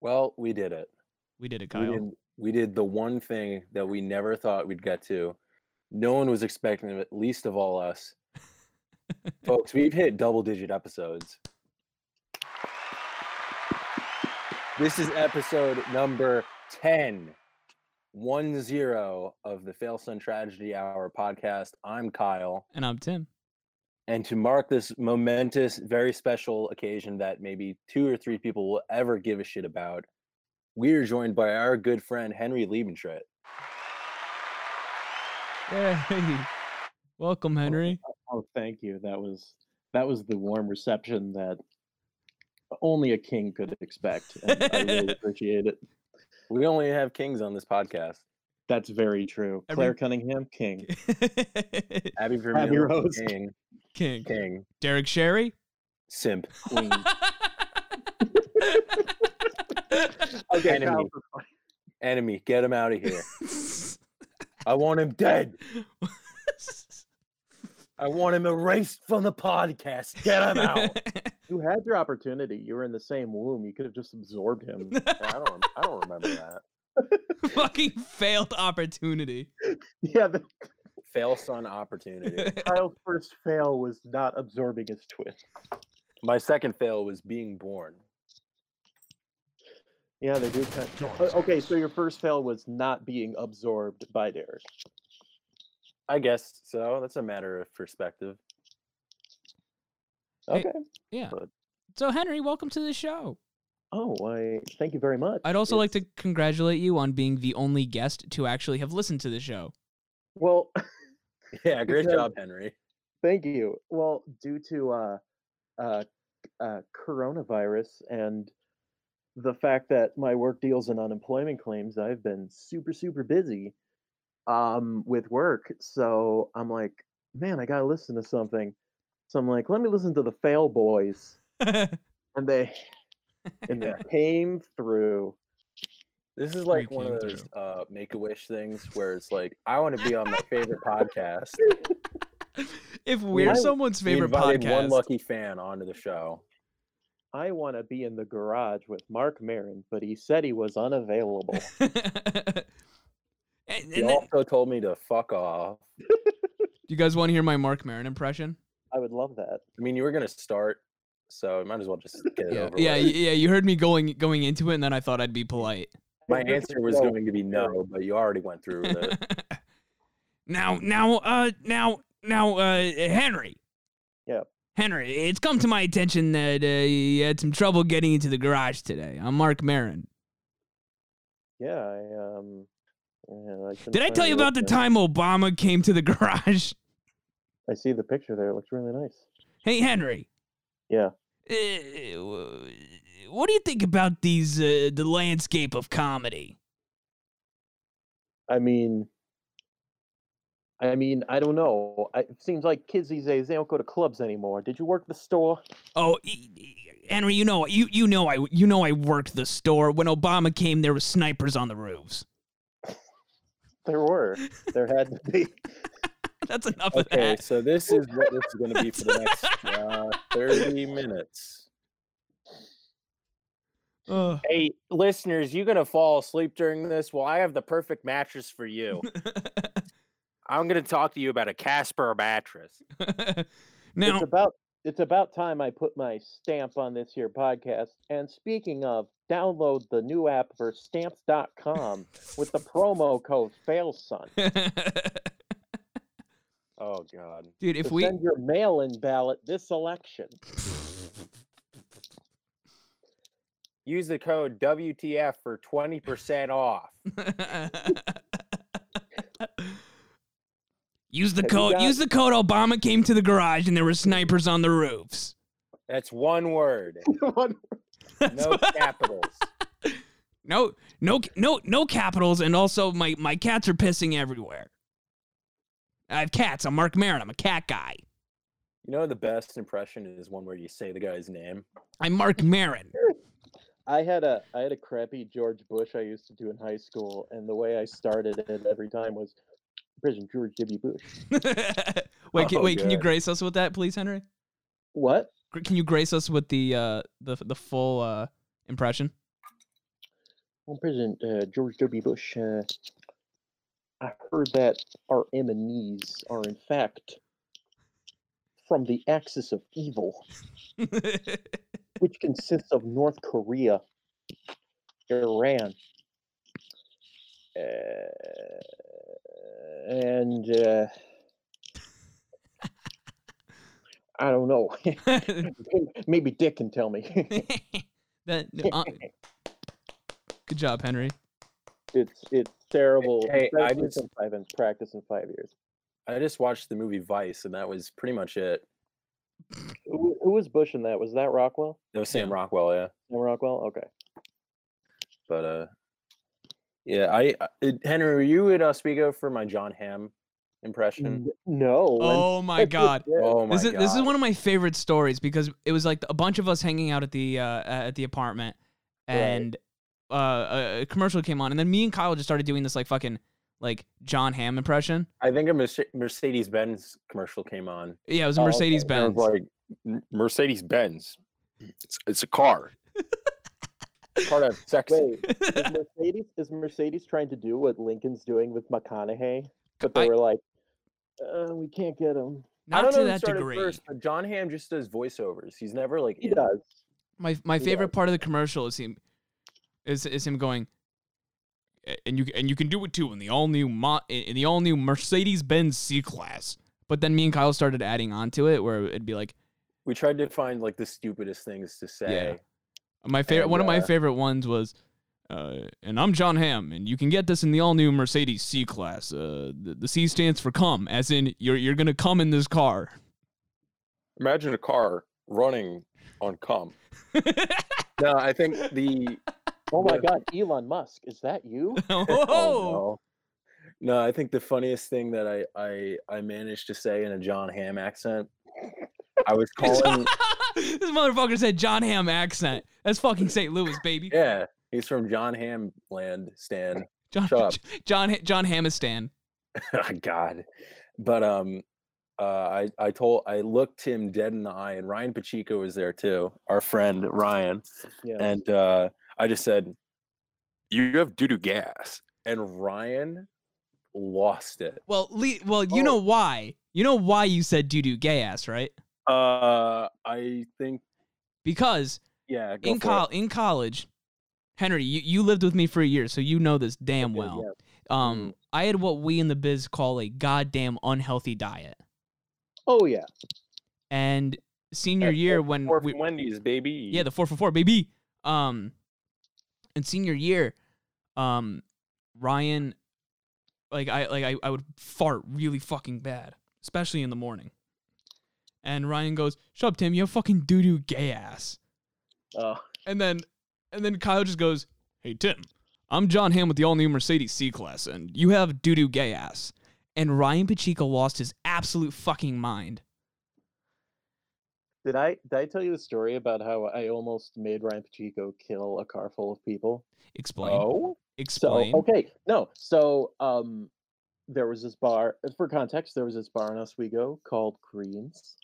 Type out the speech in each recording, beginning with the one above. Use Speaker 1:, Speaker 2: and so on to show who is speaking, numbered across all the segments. Speaker 1: Well, we did it.
Speaker 2: We did it,
Speaker 1: We
Speaker 2: Kyle.
Speaker 1: did we did the one thing that we never thought we'd get to. No one was expecting it, least of all us. Folks, we've hit double digit episodes. This is episode number 10, one zero of the Fail Sun Tragedy Hour podcast. I'm Kyle.
Speaker 2: And I'm Tim.
Speaker 1: And to mark this momentous, very special occasion that maybe two or three people will ever give a shit about, we are joined by our good friend Henry Liebenschmidt.
Speaker 2: Hey, welcome, Henry.
Speaker 3: Oh, thank you. That was that was the warm reception that only a king could expect. And I really appreciate it.
Speaker 1: We only have kings on this podcast.
Speaker 3: That's very true.
Speaker 2: Every-
Speaker 3: Claire Cunningham, king.
Speaker 1: Abby
Speaker 3: Abby
Speaker 1: Vermeil,
Speaker 3: Rose,
Speaker 1: king,
Speaker 2: King.
Speaker 1: king,
Speaker 2: Derek Sherry.
Speaker 1: simp.
Speaker 3: queen. Okay,
Speaker 1: Enemy.
Speaker 3: Kyle,
Speaker 1: Enemy, get him out of here. I want him dead. I want him erased from the podcast. Get him out.
Speaker 3: you had your opportunity. You were in the same womb. You could have just absorbed him.
Speaker 1: I don't. I don't remember that.
Speaker 2: Fucking failed opportunity.
Speaker 3: yeah, the,
Speaker 1: Fail son opportunity.
Speaker 3: Kyle's first fail was not absorbing his twin.
Speaker 1: My second fail was being born.
Speaker 3: Yeah, they do. Kind O- okay, so your first fail was not being absorbed by Derek.
Speaker 1: I guess so. That's a matter of perspective.
Speaker 2: Hey-
Speaker 3: Okay.
Speaker 2: So, Henry, welcome to the show.
Speaker 3: Oh, I thank you very much.
Speaker 2: I'd also
Speaker 3: It's-
Speaker 2: like to congratulate you on being the only guest to actually have listened to the show.
Speaker 3: Well,
Speaker 1: Yeah, great
Speaker 3: Because-
Speaker 1: job, Henry.
Speaker 3: Thank you. Well, due to uh, uh, c- uh, coronavirus and the fact that my work deals in unemployment claims, I've been super, super busy um, with work. So I'm like, man, I gotta listen to something. So I'm like, let me listen to the Fail Boys, and they and they came through.
Speaker 1: This is like one of
Speaker 2: came
Speaker 1: those uh, make a wish things where it's like, I want to be on my favorite podcast.
Speaker 2: if we're
Speaker 1: I-
Speaker 2: someone's
Speaker 1: We
Speaker 2: favorite
Speaker 1: invited
Speaker 2: podcast,
Speaker 1: one lucky fan onto the show.
Speaker 3: I want to be in the garage with Mark Marin, but he said he was unavailable.
Speaker 2: and, and
Speaker 1: He
Speaker 2: then-
Speaker 1: also told me to fuck off.
Speaker 2: you guys want to hear my Mark Maron impression?
Speaker 3: I would love that.
Speaker 1: I mean, you were gonna start, so I might as well just get it
Speaker 2: Yeah,
Speaker 1: over.
Speaker 2: yeah, y-
Speaker 1: with.
Speaker 2: yeah. You heard me going going into it, and then I thought I'd be polite.
Speaker 1: My
Speaker 3: This
Speaker 1: answer
Speaker 3: is
Speaker 1: was
Speaker 3: so
Speaker 1: going to be no, but you already went through with it.
Speaker 2: now, now, uh, now, now, uh, Henry.
Speaker 3: Yep.
Speaker 2: Henry, it's come to my attention that uh, you had some trouble getting into the garage today. I'm Mark Marin.
Speaker 3: Yeah, I um. yeah, I couldn't
Speaker 2: Did I
Speaker 3: find
Speaker 2: tell
Speaker 3: the
Speaker 2: you about the
Speaker 3: website.
Speaker 2: time Obama came to the garage?
Speaker 3: I see the picture there. It looks really nice.
Speaker 2: Hey, Henry.
Speaker 3: Yeah.
Speaker 2: Uh, w- what do you think about these uh, the landscape of comedy?
Speaker 3: I mean, I mean, I don't know. I, it seems like kids these days they don't go to clubs anymore. Did you work the store?
Speaker 2: Oh, e- e- Henry, you know you you know I you know I worked the store. When Obama came, there were snipers on the roofs.
Speaker 3: There were. There had to be.
Speaker 2: That's enough of
Speaker 1: Okay,
Speaker 2: that.
Speaker 1: so this is what this is gonna be for the next uh, thirty minutes.
Speaker 2: Ugh.
Speaker 1: Hey, listeners, you gonna fall asleep during this? Well, I have the perfect mattress for you. I'm gonna talk to you about a Casper mattress.
Speaker 2: now,
Speaker 3: It's about. It's about time I put my stamp on this here podcast. And speaking of, download the new app for stamps.com with the promo code FailSon.
Speaker 1: Oh God.
Speaker 2: dude, if
Speaker 3: to
Speaker 2: we
Speaker 3: send your mail-in ballot this election.
Speaker 1: Use the code WTF for twenty percent off.
Speaker 2: use the
Speaker 3: Have you
Speaker 2: code,
Speaker 3: got-
Speaker 2: use the code. Obama came to the garage, and there were snipers on the roofs.
Speaker 1: That's one word.
Speaker 3: One
Speaker 2: That's
Speaker 1: No
Speaker 2: what-
Speaker 1: capitals.
Speaker 2: no, no, no, no capitals, and also my my cats are pissing everywhere. I have cats. I'm Mark Maron. I'm a cat guy.
Speaker 1: You know the best impression is one where you say the guy's name.
Speaker 2: I'm Mark Maron.
Speaker 3: I had a I had a crappy George Bush I used to do in high school, and the way I started it every time was President George W. Bush.
Speaker 2: wait, can,
Speaker 1: Oh,
Speaker 2: wait, can you
Speaker 1: good.
Speaker 2: grace us with that, please, Henry?
Speaker 3: What?
Speaker 2: Gr- Can you grace us with the uh the the full uh impression?
Speaker 3: Well, President uh, George W. Bush, uh, I heard that our M&Es are in fact from the axis of evil, which consists of North Korea, Iran, uh, and uh, I don't know. Maybe Dick can tell me.
Speaker 2: that, uh, good job, Henry.
Speaker 3: it's it's terrible.
Speaker 1: Hey, I
Speaker 3: especially
Speaker 1: just-
Speaker 3: since I haven't practiced in five years.
Speaker 1: I just watched the movie Vice, and that was pretty much it.
Speaker 3: Who, who was Bush in that? Was that Rockwell?
Speaker 1: That was Sam
Speaker 2: Yeah.
Speaker 1: Rockwell, yeah.
Speaker 3: Sam Rockwell. Okay.
Speaker 1: But uh, yeah, I I- it, Henry, were you at uh, Spigo for my John Hamm impression?
Speaker 3: N- No. and-
Speaker 2: Oh my god.
Speaker 1: Oh my
Speaker 2: This is
Speaker 1: god,
Speaker 2: this is one of my favorite stories because it was like a bunch of us hanging out at the uh, at the apartment,
Speaker 3: Right.
Speaker 2: and uh, a, a commercial came on, and then me and Kyle just started doing this like fucking like John Hamm impression.
Speaker 1: I think a Mercedes Benz commercial came on.
Speaker 2: Yeah, it was a
Speaker 3: Oh, okay.
Speaker 2: Mercedes
Speaker 1: and it
Speaker 2: Benz.
Speaker 1: was like Mercedes Benz. It's, it's a car. Part of sexy.
Speaker 3: Wait,
Speaker 1: Um,
Speaker 3: is Mercedes is Mercedes trying to do what Lincoln's doing with McConaughey? But they
Speaker 2: I-
Speaker 3: were like, uh, we can't get him.
Speaker 1: I
Speaker 2: Not
Speaker 1: don't
Speaker 2: to
Speaker 1: know who
Speaker 2: that
Speaker 1: started
Speaker 2: degree.
Speaker 1: first, but John Hamm just does voiceovers. He's never like
Speaker 3: He
Speaker 1: in-
Speaker 3: does.
Speaker 2: My my
Speaker 3: Yeah.
Speaker 2: favorite part of the commercial is him is is him going "A- and you and you can do it too in the all new mo- in in the all new Mercedes Benz C class. But then me and Kyle started adding on to it where it'd be like
Speaker 1: We tried to find like the stupidest things to say.
Speaker 2: my favorite
Speaker 1: And,
Speaker 2: one of my
Speaker 1: uh,
Speaker 2: favorite ones was uh, and I'm John Hamm, and you can get this in the all new Mercedes C class. Uh, the, the C stands for come, as in you're you're gonna come in this car.
Speaker 1: Imagine a car running on cum. no, I think the
Speaker 3: Oh my
Speaker 1: Yeah.
Speaker 3: God, Elon Musk, is that you?
Speaker 2: oh,
Speaker 1: no. No, I think the funniest thing that I I I managed to say in a John Hamm accent. I was calling.
Speaker 2: this motherfucker said John Hamm accent. That's fucking St. Louis, baby.
Speaker 1: yeah, he's from John Hamm land, Stan.
Speaker 2: John
Speaker 1: Shut up.
Speaker 2: John John Hamistan.
Speaker 1: Oh, God, but um, uh, I I told I looked him dead in the eye, and Ryan Pacheco was there too, our friend Ryan,
Speaker 3: Yeah.
Speaker 1: and uh, I just said, "You have doo doo gas," and Ryan lost it.
Speaker 2: Well, Lee, well,
Speaker 1: Oh.
Speaker 2: you know why? You know why you said doo doo gay ass, right?
Speaker 1: Uh, I think
Speaker 2: Because
Speaker 1: yeah, go
Speaker 2: in
Speaker 1: for it.
Speaker 2: col- in college, Henry, you, you lived with me for a year, so you know this damn
Speaker 3: Okay,
Speaker 2: well.
Speaker 3: yeah.
Speaker 1: Mm.
Speaker 2: Um, I had what we in the biz call a goddamn unhealthy diet,
Speaker 3: Oh yeah.
Speaker 2: and senior
Speaker 1: That
Speaker 2: year when
Speaker 1: Or
Speaker 2: we,
Speaker 1: from Wendy's, baby.
Speaker 2: Yeah, the four for four, baby. Um, in senior year, um, Ryan, like I like I, I would fart really fucking bad, especially in the morning. And Ryan goes, "Shut up, Tim. You have fucking doo doo gay ass."
Speaker 3: Uh,
Speaker 2: And then, and then Kyle just goes, "Hey Tim, I'm John Hamm with the all new Mercedes C class, and you have doo doo gay ass." And Ryan Pacheco lost his absolute fucking mind.
Speaker 3: did I did I tell you the story about how I almost made Ryan Pacheco kill a car full of people?
Speaker 2: Explain.
Speaker 1: oh,
Speaker 2: Explain.
Speaker 3: So okay, no. So um, there was this bar. For context, there was this bar in Oswego called Greens.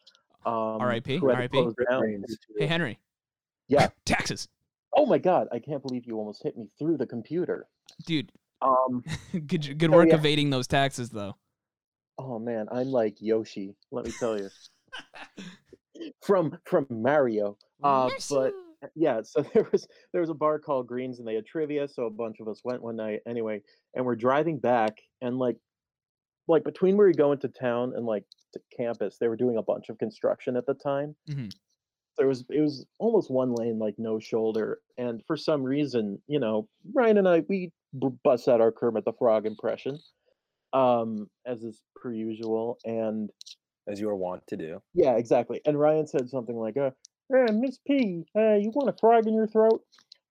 Speaker 3: Um,
Speaker 2: R.I.P.,
Speaker 3: who had to
Speaker 2: R.I.P..
Speaker 3: close down
Speaker 1: Greens.
Speaker 3: due to-
Speaker 2: Hey Henry.
Speaker 3: Yeah.
Speaker 2: Taxes,
Speaker 3: Oh my God! I can't believe you almost hit me through the computer.
Speaker 2: dude.
Speaker 3: Um.
Speaker 2: good j- good
Speaker 3: So,
Speaker 2: work
Speaker 3: yeah.
Speaker 2: evading those taxes though.
Speaker 3: Oh man, I'm like Yoshi. Let me tell you. from from Mario. Uh, but yeah, so there was there was a bar called Greens and they had trivia, so a bunch of us went one night anyway, and we're driving back and like like between where we go into town and like to campus, they were doing a bunch of construction at the time.
Speaker 2: Mhm.
Speaker 3: There was it was almost one lane, like no shoulder, and for some reason, you know, Ryan and I we b- bust out our Kermit the Frog impression, um, as is per usual, and
Speaker 1: as you are wont to do.
Speaker 3: yeah, exactly. And Ryan said something like, uh, "Eh, Miss P, uh, you want a frog in your throat?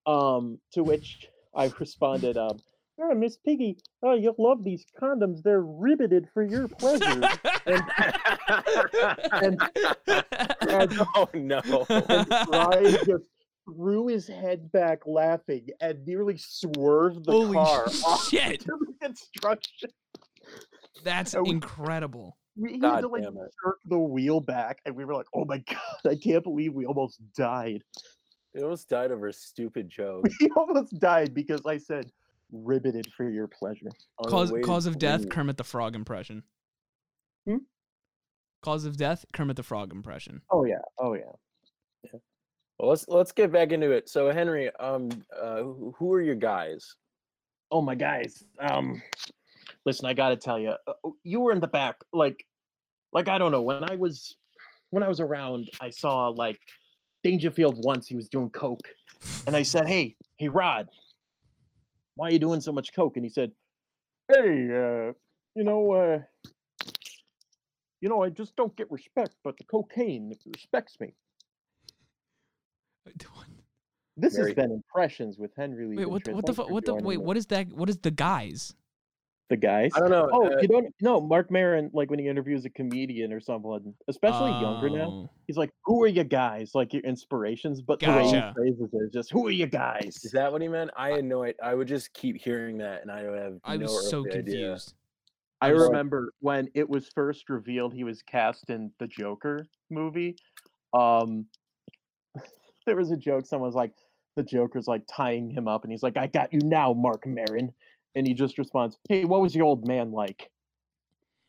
Speaker 3: Um, to which I responded, um, "Eh, Miss Piggy, oh, you'll love these condoms. They're riveted for your pleasure.
Speaker 1: oh no!
Speaker 3: Ryan just threw his head back laughing and nearly swerved the
Speaker 2: Holy
Speaker 3: car off
Speaker 2: shit.
Speaker 3: into the construction.
Speaker 2: That's
Speaker 3: I was-
Speaker 2: incredible.
Speaker 3: We he had
Speaker 1: God
Speaker 3: to like
Speaker 1: damn it!
Speaker 3: jerk the wheel back, and we were like, "Oh my god, I can't believe we almost died."
Speaker 1: It almost died over a stupid joke.
Speaker 3: he almost died because I said "riveted for your pleasure."
Speaker 1: on the
Speaker 2: Cause
Speaker 1: way to
Speaker 2: cause of death,
Speaker 1: Queens.
Speaker 2: Kermit the Frog impression.
Speaker 3: Hmm?
Speaker 2: Cause of death, Kermit the Frog impression.
Speaker 3: Oh yeah, oh yeah.
Speaker 1: Well, let's let's get back into it. So Henry, um, uh, who who are your guys?
Speaker 3: oh my guys um listen i gotta tell you you were in the back like like i don't know when i was when i was around i saw like dangerfield once he was doing coke and i said hey hey rod why are you doing so much coke and he said hey uh you know uh you know i just don't get respect but the cocaine respects me this
Speaker 1: Very-
Speaker 3: has been impressions with henry Lee
Speaker 2: Wait, what?
Speaker 3: Beatrice.
Speaker 2: What the?
Speaker 3: Thanks
Speaker 2: Fu-
Speaker 3: for
Speaker 2: what the?
Speaker 3: joining
Speaker 2: Wait,
Speaker 3: us.
Speaker 2: what is that? What is the guys?
Speaker 3: the guys
Speaker 1: I don't know.
Speaker 3: Oh,
Speaker 1: uh,
Speaker 3: you don't know Mark Maron, like when he interviews a comedian or someone, especially younger now,
Speaker 2: Oh.
Speaker 3: he's like, "Who are you guys?" Like your inspirations, but the way
Speaker 2: Gotcha.
Speaker 3: he phrases it is just, "Who are you guys?"
Speaker 1: is that what he meant? I had no. i- I would just keep hearing that, and I would have
Speaker 2: I
Speaker 1: no
Speaker 2: was so
Speaker 1: earthly idea.
Speaker 2: confused.
Speaker 3: I
Speaker 1: I'm sorry.
Speaker 3: remember when it was first revealed he was cast in the Joker movie. Um, there was a joke. Someone was like, "The Joker's like tying him up," and he's like, "I got you now, Mark Maron," and he just responds, "Hey, what was the old man like?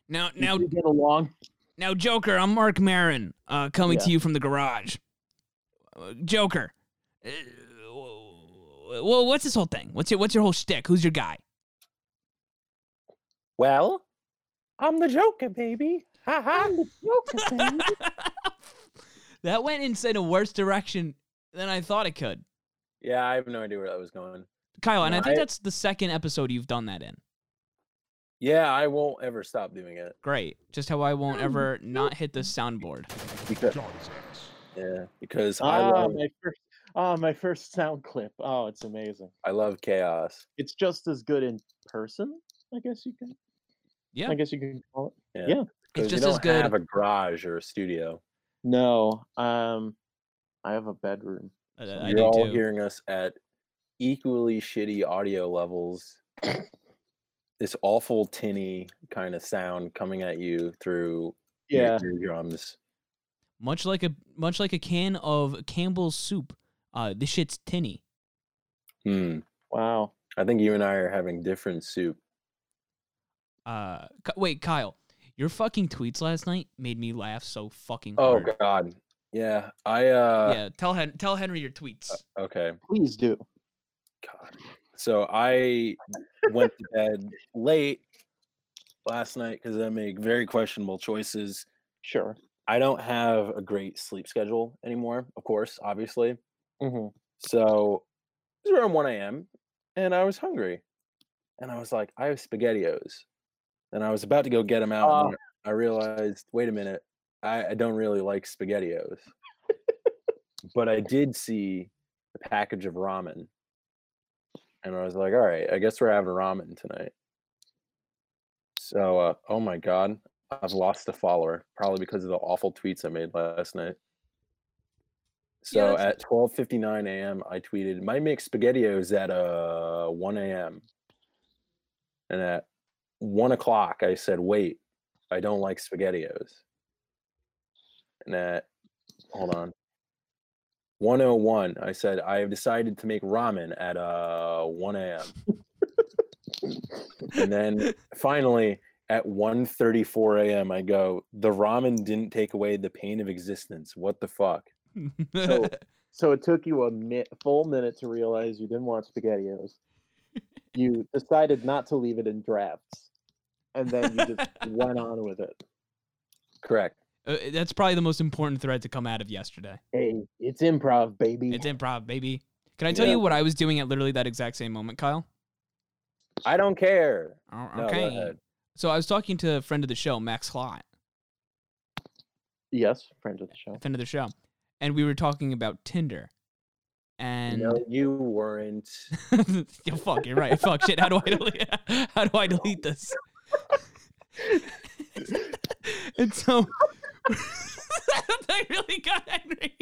Speaker 2: Now,
Speaker 3: Did
Speaker 2: now,
Speaker 3: you get along?"
Speaker 2: now, Joker. I'm Mark Maron, uh, coming to
Speaker 3: Yeah.
Speaker 2: you from the garage. Uh, Joker. uh, wh- wh- what's this whole thing? What's your What's your whole shtick? Who's your guy?
Speaker 1: Well, I'm the Joker, baby. Ha ha.
Speaker 3: I'm the Joker. baby."
Speaker 2: that went in a worse direction than I thought it could.
Speaker 1: Yeah, I have no idea where that was going.
Speaker 2: Kyle, and I
Speaker 1: No,
Speaker 2: think
Speaker 1: I-
Speaker 2: that's the second episode you've done that in.
Speaker 1: Yeah, I won't ever stop doing it
Speaker 2: Great. Just how I
Speaker 1: Um,
Speaker 2: won't ever not hit this soundboard.
Speaker 1: because yeah, because I
Speaker 3: Ah,
Speaker 1: love
Speaker 3: my first, ah, my first sound clip. Oh, it's amazing.
Speaker 1: I love chaos.
Speaker 3: It's just as good in person, I guess you can.
Speaker 2: Yeah.
Speaker 3: I guess you can call it.
Speaker 2: It's
Speaker 1: 'cause you
Speaker 2: just
Speaker 1: don't
Speaker 2: as good.
Speaker 1: Have a garage or a studio.
Speaker 3: No, um, I have a bedroom.
Speaker 2: Uh,
Speaker 1: So
Speaker 2: I
Speaker 1: You're
Speaker 2: do
Speaker 1: all
Speaker 2: too.
Speaker 1: hearing us at equally shitty audio levels. this awful tinny kind of sound coming at you through
Speaker 3: Yeah,
Speaker 1: your eardrums.
Speaker 2: Much like a much like a can of Campbell's soup. Uh, this shit's tinny.
Speaker 1: Hmm.
Speaker 3: wow.
Speaker 1: I think you and I are having different soup.
Speaker 2: Uh, Ki- wait, Kyle, your fucking tweets last night made me laugh so fucking
Speaker 1: Oh
Speaker 2: hard.
Speaker 1: God. Yeah. I uh.
Speaker 2: yeah, tell Hen- tell Henry your tweets.
Speaker 1: Okay.
Speaker 3: Please do.
Speaker 1: God. So I went to bed late last night because I make very questionable choices.
Speaker 3: Sure.
Speaker 1: I don't have a great sleep schedule anymore, of course, obviously.
Speaker 3: hmm
Speaker 1: So it was around 1 a.m. and I was hungry. And I was like, I have SpaghettiOs. And I was about to go get them out. and I realized, wait a minute, I, I don't really like SpaghettiOs. but I did see the package of ramen. And I was like, all right, I guess we're having ramen tonight. So, uh, oh my God, I've lost a follower, probably because of the awful tweets I made last night.
Speaker 2: Yeah,
Speaker 1: So at 12:59 a.m., I tweeted, "My mixed spaghettios at uh 1 a.m." And at one o'clock, I said, "Wait, I don't like spaghettios." And at hold on, 101, I said, "I have decided to make ramen at uh 1 a.m." and then finally at 1:34 a.m., I go, "The ramen didn't take away the pain of existence. What the fuck?" Uh,
Speaker 3: So- So it took you a mi- full minute to realize you didn't want spaghettios. you decided not to leave it in drafts, and then you just went on with it.
Speaker 1: Correct.
Speaker 2: Uh, that's probably the most important thread to come out of yesterday.
Speaker 3: Hey, it's improv, baby.
Speaker 2: It's improv, baby. Can I tell
Speaker 1: Mm. Yeah.
Speaker 2: you what I was doing at literally that exact same moment, Kyle?
Speaker 1: I don't care.
Speaker 2: Oh,
Speaker 1: No, go
Speaker 2: okay.
Speaker 1: ahead.
Speaker 2: So I was talking to a friend of the show, Max Lott,
Speaker 3: yes, friend of the show.
Speaker 2: a friend of the show, and we were talking about Tinder. And
Speaker 1: no, you weren't.
Speaker 2: yeah, fuck, you're right. Fuck shit. How do I delete? How do I delete this? and so I really got angry.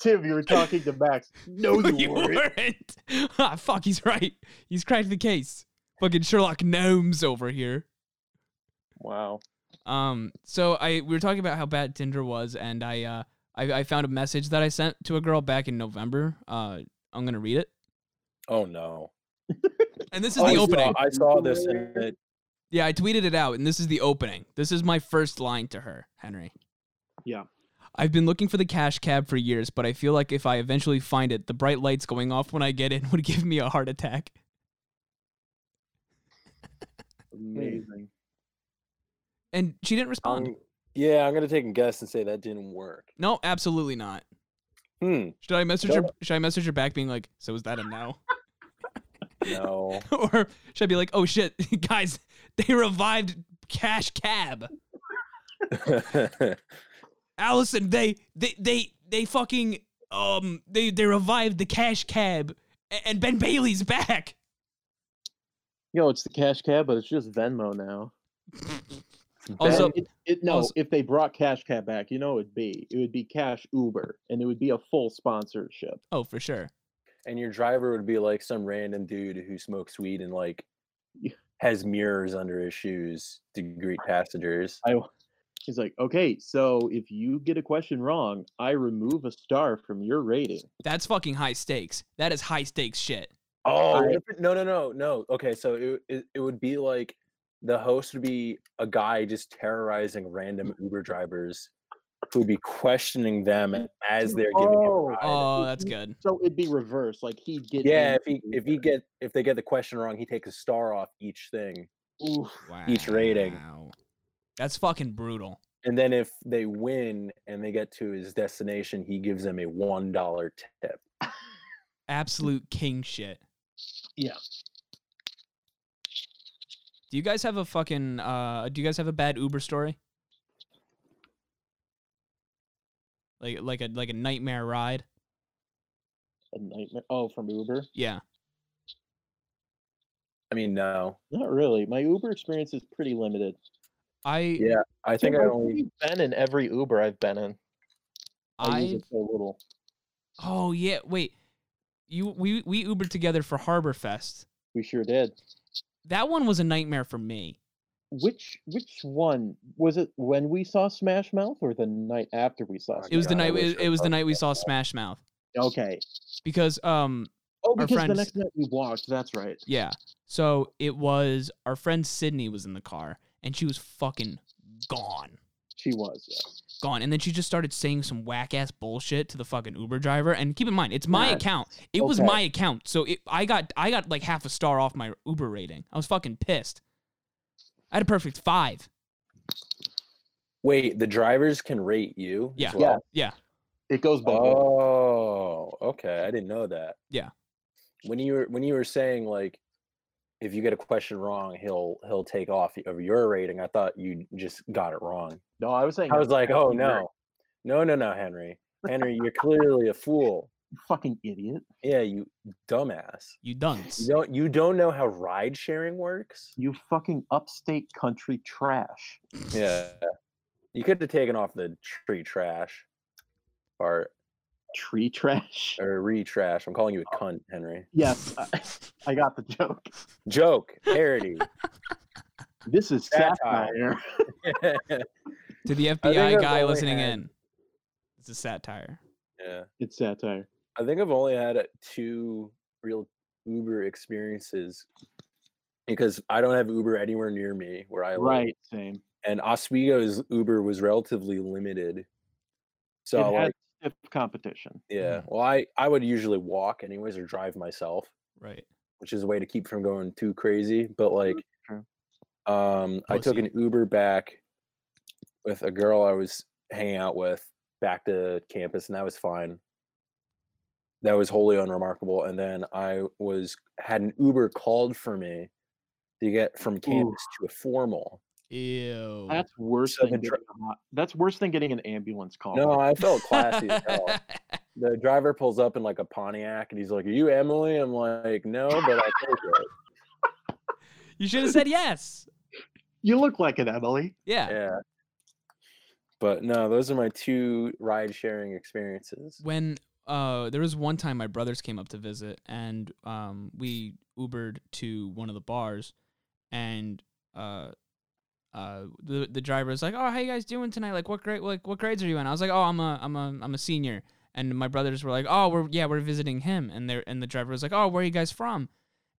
Speaker 3: Tim, you were talking to Max. No, Oh, you, weren't.
Speaker 2: weren't. Ah, fuck, he's right. He's cracked the case. Fucking Sherlock Gnomes over here.
Speaker 3: Wow.
Speaker 2: Um, so I we were talking about how bad Tinder was, and I uh, I, I found a message that I sent to a girl back in November. Uh, I'm gonna read it,
Speaker 1: Oh no!
Speaker 2: and this is
Speaker 1: Oh,
Speaker 2: the
Speaker 1: I saw-
Speaker 2: opening.
Speaker 1: I saw this and it
Speaker 2: Yeah, I tweeted it out, and this is the opening. This is my first line to her, Henry.
Speaker 4: Yeah.
Speaker 2: I've been looking for the cash cab for years, but I feel like if I eventually find it, the bright lights going off when I get in would give me a heart attack.
Speaker 3: Amazing.
Speaker 2: And she didn't respond.
Speaker 1: I'm- yeah, I'm gonna take a guess and say that didn't work.
Speaker 2: no, absolutely not.
Speaker 1: Hmm.
Speaker 2: Should I message her? Should I message her back, being like, "So is that a no?"
Speaker 1: No.
Speaker 2: or should I be like, "Oh shit, guys, they revived Cash Cab, Allison. They they they they fucking um they they revived the Cash Cab, a- and Ben Bailey's back."
Speaker 3: Yo, it's the cash cab, but it's just Venmo now.
Speaker 2: Also,
Speaker 3: Ben, it, it- no,
Speaker 2: also-
Speaker 3: if they brought cash cab back, you know it'd be it would be cash Uber, and it would be a full sponsorship.
Speaker 2: oh for sure.
Speaker 1: and your driver would be like some random dude who smokes weed and like
Speaker 3: Yeah.
Speaker 1: has mirrors under his shoes to greet passengers.
Speaker 3: I w- he's like, okay, so if you get a question wrong, I remove a star from your rating.
Speaker 2: That's fucking high stakes. That is high stakes shit.
Speaker 1: Oh
Speaker 3: I-
Speaker 1: what if it- no no no no. Okay, so it, it it would be like the host would be a guy just terrorizing random Uber drivers who would be questioning them as they're giving him a
Speaker 3: Oh.
Speaker 1: ride.
Speaker 2: Oh,
Speaker 3: it-
Speaker 2: that's good.
Speaker 3: So it'd be reversed, like he'd get
Speaker 1: yeah,
Speaker 3: in
Speaker 1: if he
Speaker 3: the
Speaker 1: if he
Speaker 3: Uber.
Speaker 1: get if they get the question wrong, he takes a star off each thing.
Speaker 3: Oof.
Speaker 2: Wow.
Speaker 1: Each rating.
Speaker 2: That's fucking brutal.
Speaker 1: And then if they win and they get to his destination, he gives them a one dollar tip.
Speaker 2: Absolute king shit.
Speaker 3: Yeah.
Speaker 2: Do you guys have a fucking uh do you guys have a bad Uber story? Like like a like a nightmare ride?
Speaker 3: a nightmare. Oh, from Uber?
Speaker 2: Yeah.
Speaker 1: I mean, no,
Speaker 3: Not really. My Uber experience is pretty limited.
Speaker 2: I
Speaker 1: Yeah, I think I
Speaker 3: I've
Speaker 1: only.
Speaker 3: only been in every Uber I've been in. I, use
Speaker 2: I
Speaker 3: it so little.
Speaker 2: Oh yeah, wait. You we we Ubered together for Harbor Fest.
Speaker 3: We sure did.
Speaker 2: That one was a nightmare for me.
Speaker 3: Which which one was it? When we saw Smash Mouth, or the night after we saw?
Speaker 2: It was the
Speaker 1: God, I
Speaker 2: night
Speaker 1: wish
Speaker 2: it,
Speaker 1: I
Speaker 2: it was the
Speaker 1: thought
Speaker 2: night we saw Smash Mouth
Speaker 3: Smash- Okay.
Speaker 2: because um
Speaker 3: Oh,
Speaker 2: Our
Speaker 3: because the
Speaker 2: friends-
Speaker 3: next night we walked. That's right.
Speaker 2: Yeah. So it was our friend Sydney was in the car and she was fucking gone.
Speaker 3: She was. Yeah.
Speaker 2: Gone. And then she just started saying some whack ass bullshit to the fucking Uber driver. And keep in mind, it's my
Speaker 3: Nice.
Speaker 2: account. It was
Speaker 3: Okay.
Speaker 2: my account. So it, I got I got like half a star off my Uber rating. I was fucking pissed. I had a perfect five.
Speaker 1: Wait, the drivers can rate you.
Speaker 2: Yeah.
Speaker 1: As well?
Speaker 2: Yeah.
Speaker 3: It goes back.
Speaker 1: Oh, okay. I didn't know that.
Speaker 2: Yeah.
Speaker 1: When you were when you were saying like, if you get a question wrong, he'll he'll take off y- of your rating. I thought you just got it wrong.
Speaker 3: No, I was saying.
Speaker 1: I was like, oh
Speaker 3: fucking great.
Speaker 1: no, no, no, no, Henry, Henry, you're clearly a fool.
Speaker 3: fucking idiot.
Speaker 1: Yeah, you dumbass.
Speaker 2: You
Speaker 1: You
Speaker 2: dunce.
Speaker 1: don't you don't know how ride sharing works.
Speaker 3: You fucking upstate country trash.
Speaker 1: Yeah. You could have taken off the tree trash part
Speaker 3: Tree trash.
Speaker 1: or re trash. I'm calling you
Speaker 3: Oh.
Speaker 1: a cunt, Henry.
Speaker 3: Yes, I, I got the joke.
Speaker 1: Joke, parody.
Speaker 3: This is
Speaker 1: Satire.
Speaker 3: satire.
Speaker 2: To the
Speaker 1: think
Speaker 2: FBI
Speaker 1: I've
Speaker 2: guy
Speaker 1: only
Speaker 2: listening
Speaker 1: had-
Speaker 2: in. It's a satire.
Speaker 1: yeah.
Speaker 3: it's satire.
Speaker 1: I think I've only had uh, two real Uber experiences because I don't have Uber anywhere near me where I live.
Speaker 3: Right. Same.
Speaker 1: And Oswego's Uber was relatively limited. So
Speaker 3: it
Speaker 1: like
Speaker 3: had stiff competition.
Speaker 1: yeah. Well I, I would usually walk anyways or drive myself.
Speaker 2: Right.
Speaker 1: which is a way to keep from going too crazy. But like,
Speaker 3: True.
Speaker 1: um, I took an Uber back with a girl I was hanging out with back to campus, and that was fine. That was wholly unremarkable. And then I was had an Uber called for me to get from campus to a formal.
Speaker 2: Ew.
Speaker 3: That's worse
Speaker 1: So the
Speaker 3: than
Speaker 1: dri-
Speaker 3: getting a, that's worse than getting an ambulance call.
Speaker 1: No, I felt classy as hell. the driver pulls up in like a Pontiac and he's like, Are you Emily? I'm like, No, but I take it.
Speaker 2: you should have said yes.
Speaker 3: you look like an Emily.
Speaker 2: Yeah.
Speaker 1: Yeah. But no, those are my two ride sharing experiences.
Speaker 2: when uh there was one time my brothers came up to visit and um we ubered to one of the bars and uh uh, the the driver was like, "Oh, how you guys doing tonight? Like, what grade? Like, what grades are you in?" I was like, "Oh, I'm a I'm a I'm a senior." And my brothers were like, "Oh, we're yeah, we're visiting him." And they and the driver was like, "Oh, where are you guys from?"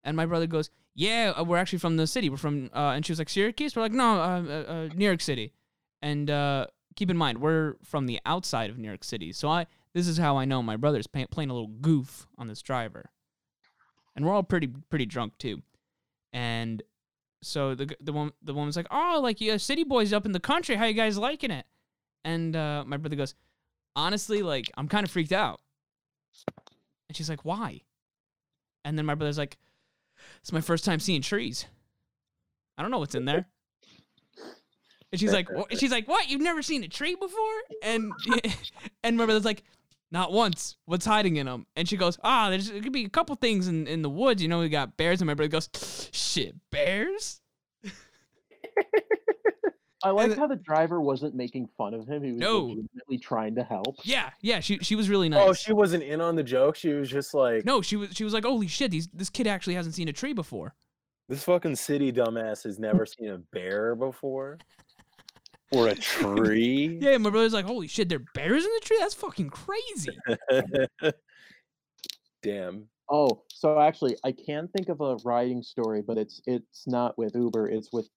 Speaker 2: And my brother goes, "Yeah, uh, we're actually from the city. We're from." Uh, and she was like, "Syracuse." We're like, "No, uh, uh, uh, New York City." And uh, keep in mind, we're from the outside of New York City, so I this is how I know my brother's pay, playing a little goof on this driver, and we're all pretty pretty drunk too, and so the g- the one the woman's like, "Oh, like you guys city boys up in the country, how you guys liking it?" And uh, my brother goes, "Honestly, like I'm kind of freaked out." And she's like, "Why?" And then my brother's like, "It's my first time seeing trees. I don't know what's in there." And she's like, "What?" She's like, "What? You've never seen a tree before?" And and my brother's like, "Not once. What's hiding in them?" And she goes, "Ah, there's it could be a couple things in in the woods. You know, we got bears." And my brother goes, "Shit, bears."
Speaker 3: I like
Speaker 2: the-
Speaker 3: how the driver wasn't making fun of him. He was
Speaker 2: No.
Speaker 3: legitimately trying to help.
Speaker 2: Yeah, yeah, she she was really nice.
Speaker 1: Oh, she wasn't in on the joke. She was just like,
Speaker 2: no, she was she was like, holy shit, these, this kid actually hasn't seen a tree before.
Speaker 1: this fucking city dumbass has never seen a bear before or a tree.
Speaker 2: Yeah, my brother's like, holy shit, there are bears in the tree. That's fucking crazy.
Speaker 1: Damn.
Speaker 3: Oh, so actually, I can think of a riding story, but it's it's not with Uber. It's with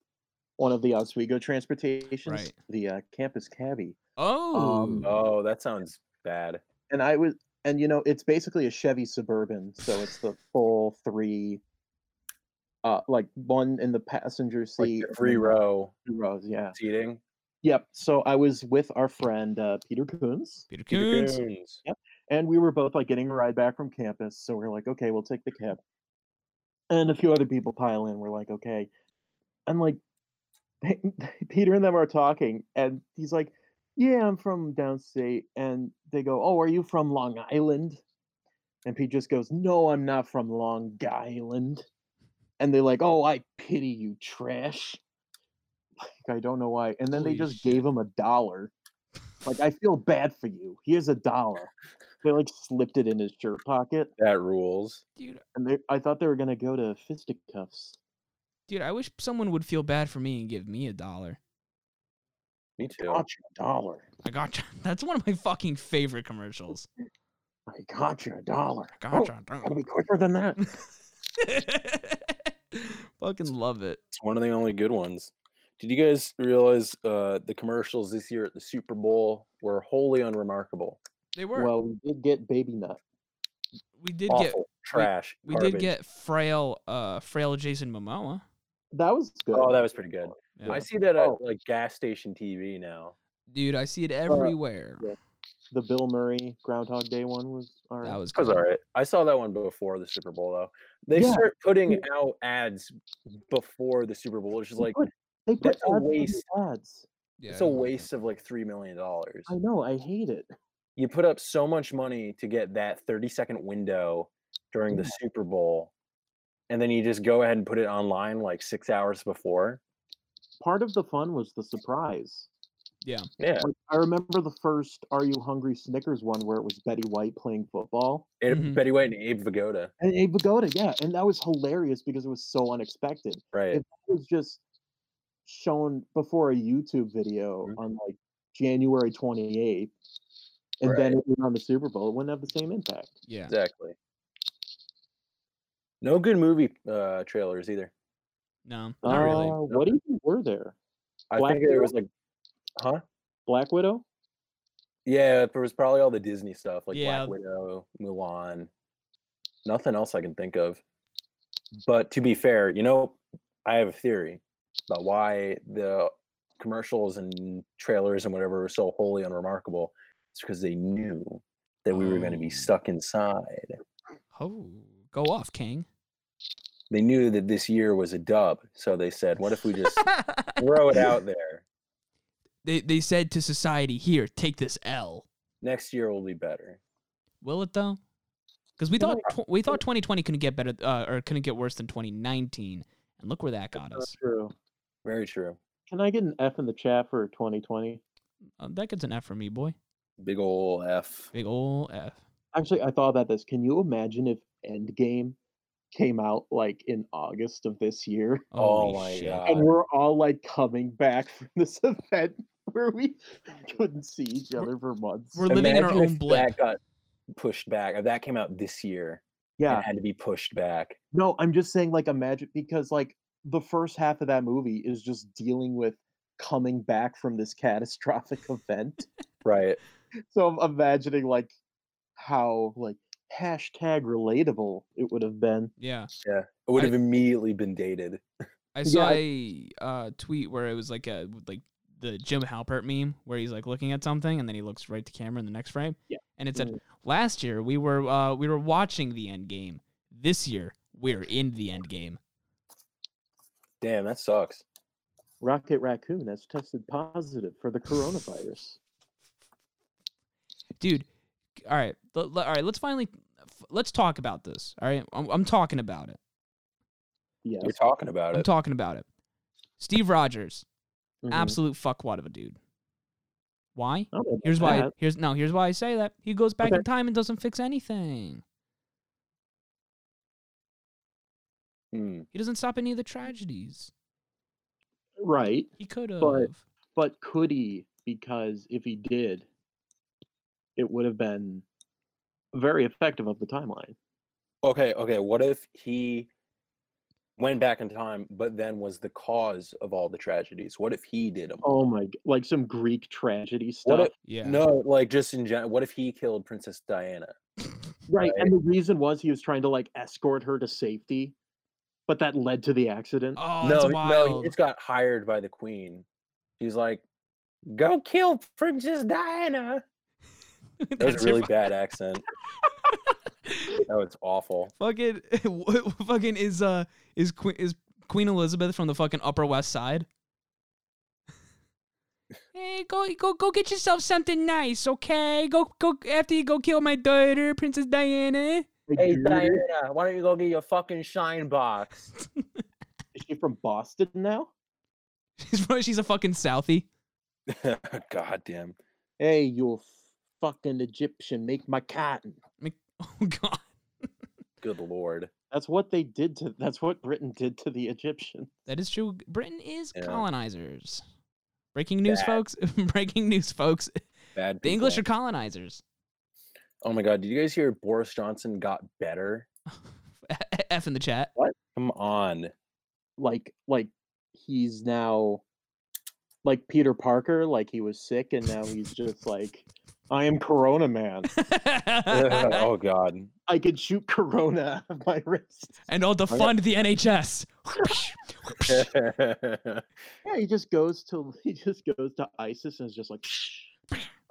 Speaker 3: one of the Oswego transportations,
Speaker 2: Right.
Speaker 3: the uh, campus cabbie.
Speaker 2: Oh,
Speaker 3: Um,
Speaker 1: Oh, that sounds bad.
Speaker 3: And I was, and you know, it's basically a Chevy Suburban, so it's the full three, uh, like one in the passenger
Speaker 1: Like
Speaker 3: seat, and
Speaker 1: free
Speaker 3: then
Speaker 1: row
Speaker 3: two rows, yeah,
Speaker 1: seating.
Speaker 3: yep. So I was with our friend uh, Peter Coons,
Speaker 2: Peter
Speaker 1: Peter
Speaker 2: Coons.
Speaker 1: Coons.
Speaker 3: and we were both like getting a ride back from campus so we are like okay we'll take the cab and a few other people pile in we're like okay and like peter and them are talking and he's like yeah i'm from downstate and they go oh are you from long island and pete just goes no i'm not from long island and they're like oh i pity you trash like, i don't know why and then
Speaker 2: Holy
Speaker 3: they just
Speaker 2: shit.
Speaker 3: gave him a dollar like i feel bad for you here's a dollar they like slipped it in his shirt pocket,
Speaker 1: That rules.
Speaker 2: Dude,
Speaker 3: and they, I thought they were gonna go to fisticuffs.
Speaker 2: dude, I wish someone would feel bad for me and give me a dollar.
Speaker 1: Me too.
Speaker 3: Got you a dollar.
Speaker 2: I got you. That's one of my fucking favorite commercials.
Speaker 3: I got you a dollar.
Speaker 2: I
Speaker 3: Oh,
Speaker 2: got
Speaker 3: gotta
Speaker 2: you.
Speaker 3: be quicker than that.
Speaker 2: fucking love it.
Speaker 1: It's one of the only good ones. Did you guys realize uh, the commercials this year at the Super Bowl were wholly unremarkable?
Speaker 2: They were.
Speaker 3: well, we did get baby nut.
Speaker 2: we did
Speaker 1: Awful,
Speaker 2: get
Speaker 1: trash.
Speaker 2: we did
Speaker 1: garbage.
Speaker 2: get frail uh frail Jason Momoa.
Speaker 3: That was good.
Speaker 1: Oh, that was pretty good.
Speaker 2: Yeah.
Speaker 1: I see that at
Speaker 3: Oh.
Speaker 1: like gas station TV now.
Speaker 2: Dude, I see it
Speaker 1: Uh,
Speaker 2: everywhere.
Speaker 3: the Bill Murray Groundhog Day one was alright.
Speaker 2: That was
Speaker 1: That was
Speaker 2: good.
Speaker 1: all right. I saw that one before the Super Bowl though. They
Speaker 3: Yeah.
Speaker 1: start putting
Speaker 3: Yeah.
Speaker 1: out ads before the Super Bowl. It's just
Speaker 3: They
Speaker 1: like
Speaker 3: put- they put
Speaker 1: that's a
Speaker 3: ads on the
Speaker 1: waste.
Speaker 3: ads.
Speaker 2: Yeah,
Speaker 1: it's
Speaker 2: I
Speaker 1: a
Speaker 2: don't like
Speaker 1: waste of like three million dollars.
Speaker 3: I know. I hate it.
Speaker 1: You put up so much money to get that thirty second window during the Super Bowl, and then you just go ahead and put it online like six hours before.
Speaker 3: Part of the fun was the surprise.
Speaker 1: Yeah,
Speaker 3: Like, I remember the first "Are You Hungry?" Snickers one where it was Betty White playing football.
Speaker 1: it,
Speaker 2: Mhm.
Speaker 1: Betty White and Abe Vigoda,
Speaker 3: And Abe Vigoda, yeah, and that was hilarious because it was so unexpected.
Speaker 1: right?
Speaker 3: It was just shown before a YouTube video
Speaker 1: Mhm.
Speaker 3: on like January 28th, and then
Speaker 1: Right.
Speaker 3: it went on the Super Bowl. It wouldn't have the same impact.
Speaker 2: it. Yeah.
Speaker 1: Exactly. No good movie uh, trailers either.
Speaker 2: No. Not really.
Speaker 1: Oh.
Speaker 3: Uh, What even were there?
Speaker 1: I
Speaker 3: Black
Speaker 1: think there
Speaker 3: Widow?
Speaker 1: was like, huh?
Speaker 3: Black Widow?
Speaker 1: Yeah, it was probably all the Disney stuff like
Speaker 2: Yeah.
Speaker 1: Black Widow, Mulan. Nothing else I can think of. But to be fair, you know, I have a theory about why the commercials and trailers and whatever were so wholly unremarkable. It's because they knew that we were going to
Speaker 2: Oh.
Speaker 1: be stuck inside.
Speaker 2: Oh, go off, King.
Speaker 1: They knew that this year was a dub, so they said, "What if we just throw it out there?
Speaker 2: they they said to society, "Here, take this L."
Speaker 1: Next year will be better."
Speaker 2: Will it though? Because we
Speaker 3: Yeah.
Speaker 2: thought tw- we thought 2020 couldn't get better uh, or couldn't get worse than 2019, and look where that got
Speaker 3: That's
Speaker 2: us.
Speaker 3: true.
Speaker 1: Very true.
Speaker 3: Can I get an F in the chat for 2020?
Speaker 2: Uh, that gets an F for me, boy.
Speaker 1: Big ol' F.
Speaker 2: Big ol' F.
Speaker 3: Actually, I thought about this. Can you imagine if Endgame came out like in August of this year.
Speaker 1: Oh
Speaker 2: Holy
Speaker 1: my
Speaker 2: shit.
Speaker 1: God.
Speaker 3: and we're all like coming back from this event where we couldn't see each
Speaker 2: We're-
Speaker 3: other for months.
Speaker 2: we're- living in our
Speaker 1: Imagine if
Speaker 2: own blip.
Speaker 1: That got pushed back. If that came out this year
Speaker 3: yeah.
Speaker 1: and had to be pushed back.
Speaker 3: No, I'm just saying like imagine because like the first half of that movie is just dealing with coming back from this catastrophic event.
Speaker 1: Right.
Speaker 3: so I'm imagining like how like hashtag relatable it would have been.
Speaker 2: Yeah.
Speaker 1: Yeah. It would
Speaker 2: I-
Speaker 1: have immediately been dated.
Speaker 2: I saw
Speaker 3: Yeah.
Speaker 2: a uh, tweet where it was like a like the Jim Halpert meme where he's like looking at something and then he looks right to camera in the next frame.
Speaker 3: Yeah.
Speaker 2: And it said,
Speaker 3: Mhm.
Speaker 2: "Last year we were uh, we were watching the end game. This year we're in the end game."
Speaker 1: Damn, that sucks.
Speaker 3: Rocket Raccoon has tested positive for the coronavirus.
Speaker 2: Dude, all right. l- l- all right, let's finally f- let's talk about this. All right? I'm, I'm talking about it.
Speaker 3: Yes.
Speaker 1: You're talking about
Speaker 2: I'm
Speaker 1: it.
Speaker 2: talking about it. Steve Rogers,
Speaker 3: mhm.
Speaker 2: absolute fuckwad of a dude. Why?
Speaker 3: I don't know about
Speaker 2: Here's why.
Speaker 3: that.
Speaker 2: Here's no. Here's why I say that. He goes back
Speaker 3: Okay.
Speaker 2: in time and doesn't fix anything.
Speaker 1: Mm.
Speaker 2: He doesn't stop any of the tragedies.
Speaker 3: Right.
Speaker 2: He could have.
Speaker 3: But- But could he? Because if he did, it would have been very effective of the timeline.
Speaker 1: Okay, okay. What if he went back in time, but then was the cause of all the tragedies? What if he did them?
Speaker 3: Oh my, g- like some Greek tragedy
Speaker 1: What
Speaker 3: stuff.
Speaker 1: if,
Speaker 2: Yeah.
Speaker 1: No, like just in general. What if he killed Princess Diana?
Speaker 3: right. And the reason was he was trying to like escort her to safety, but that led to the accident.
Speaker 2: Oh,
Speaker 1: no,
Speaker 2: that's
Speaker 1: he- no,
Speaker 2: wild.
Speaker 1: he just got hired by the queen. He's like, go kill Princess Diana. That was
Speaker 2: That's
Speaker 1: a
Speaker 2: your
Speaker 1: really
Speaker 2: fu-
Speaker 1: bad accent. That was awful.
Speaker 2: Fucking, what- fucking is uh is Queen is Queen Elizabeth from the fucking Upper West Side? hey, go go go get yourself something nice, okay? Go go after you go kill my daughter, Princess Diana.
Speaker 3: Like,
Speaker 1: Hey
Speaker 3: dude,
Speaker 1: Diana, why don't you go get your fucking shine box?
Speaker 3: is she from Boston now?
Speaker 2: She's from- she's a fucking Southie.
Speaker 1: God damn.
Speaker 3: Hey, you fucking Egyptian, make my cotton.
Speaker 2: Oh God.
Speaker 1: Good lord.
Speaker 3: That's what they did to. That's what Britain did to the Egyptians.
Speaker 2: That is true. Britain is
Speaker 1: Yeah.
Speaker 2: colonizers. Breaking news,
Speaker 1: Bad.
Speaker 2: folks. Breaking news, folks.
Speaker 1: Bad
Speaker 2: The English are
Speaker 1: people.
Speaker 2: colonizers.
Speaker 1: Oh my god, did you guys hear Boris Johnson got better?
Speaker 2: F in the chat.
Speaker 1: Come on.
Speaker 3: like like he's now like Peter Parker, like he was sick and now he's just like I am Corona man.
Speaker 1: oh god.
Speaker 3: I can shoot Corona out of my wrist.
Speaker 2: and all to
Speaker 1: Okay.
Speaker 2: fund the NHS.
Speaker 3: Yeah, he just goes to he just goes to ISIS and is just like "Shh,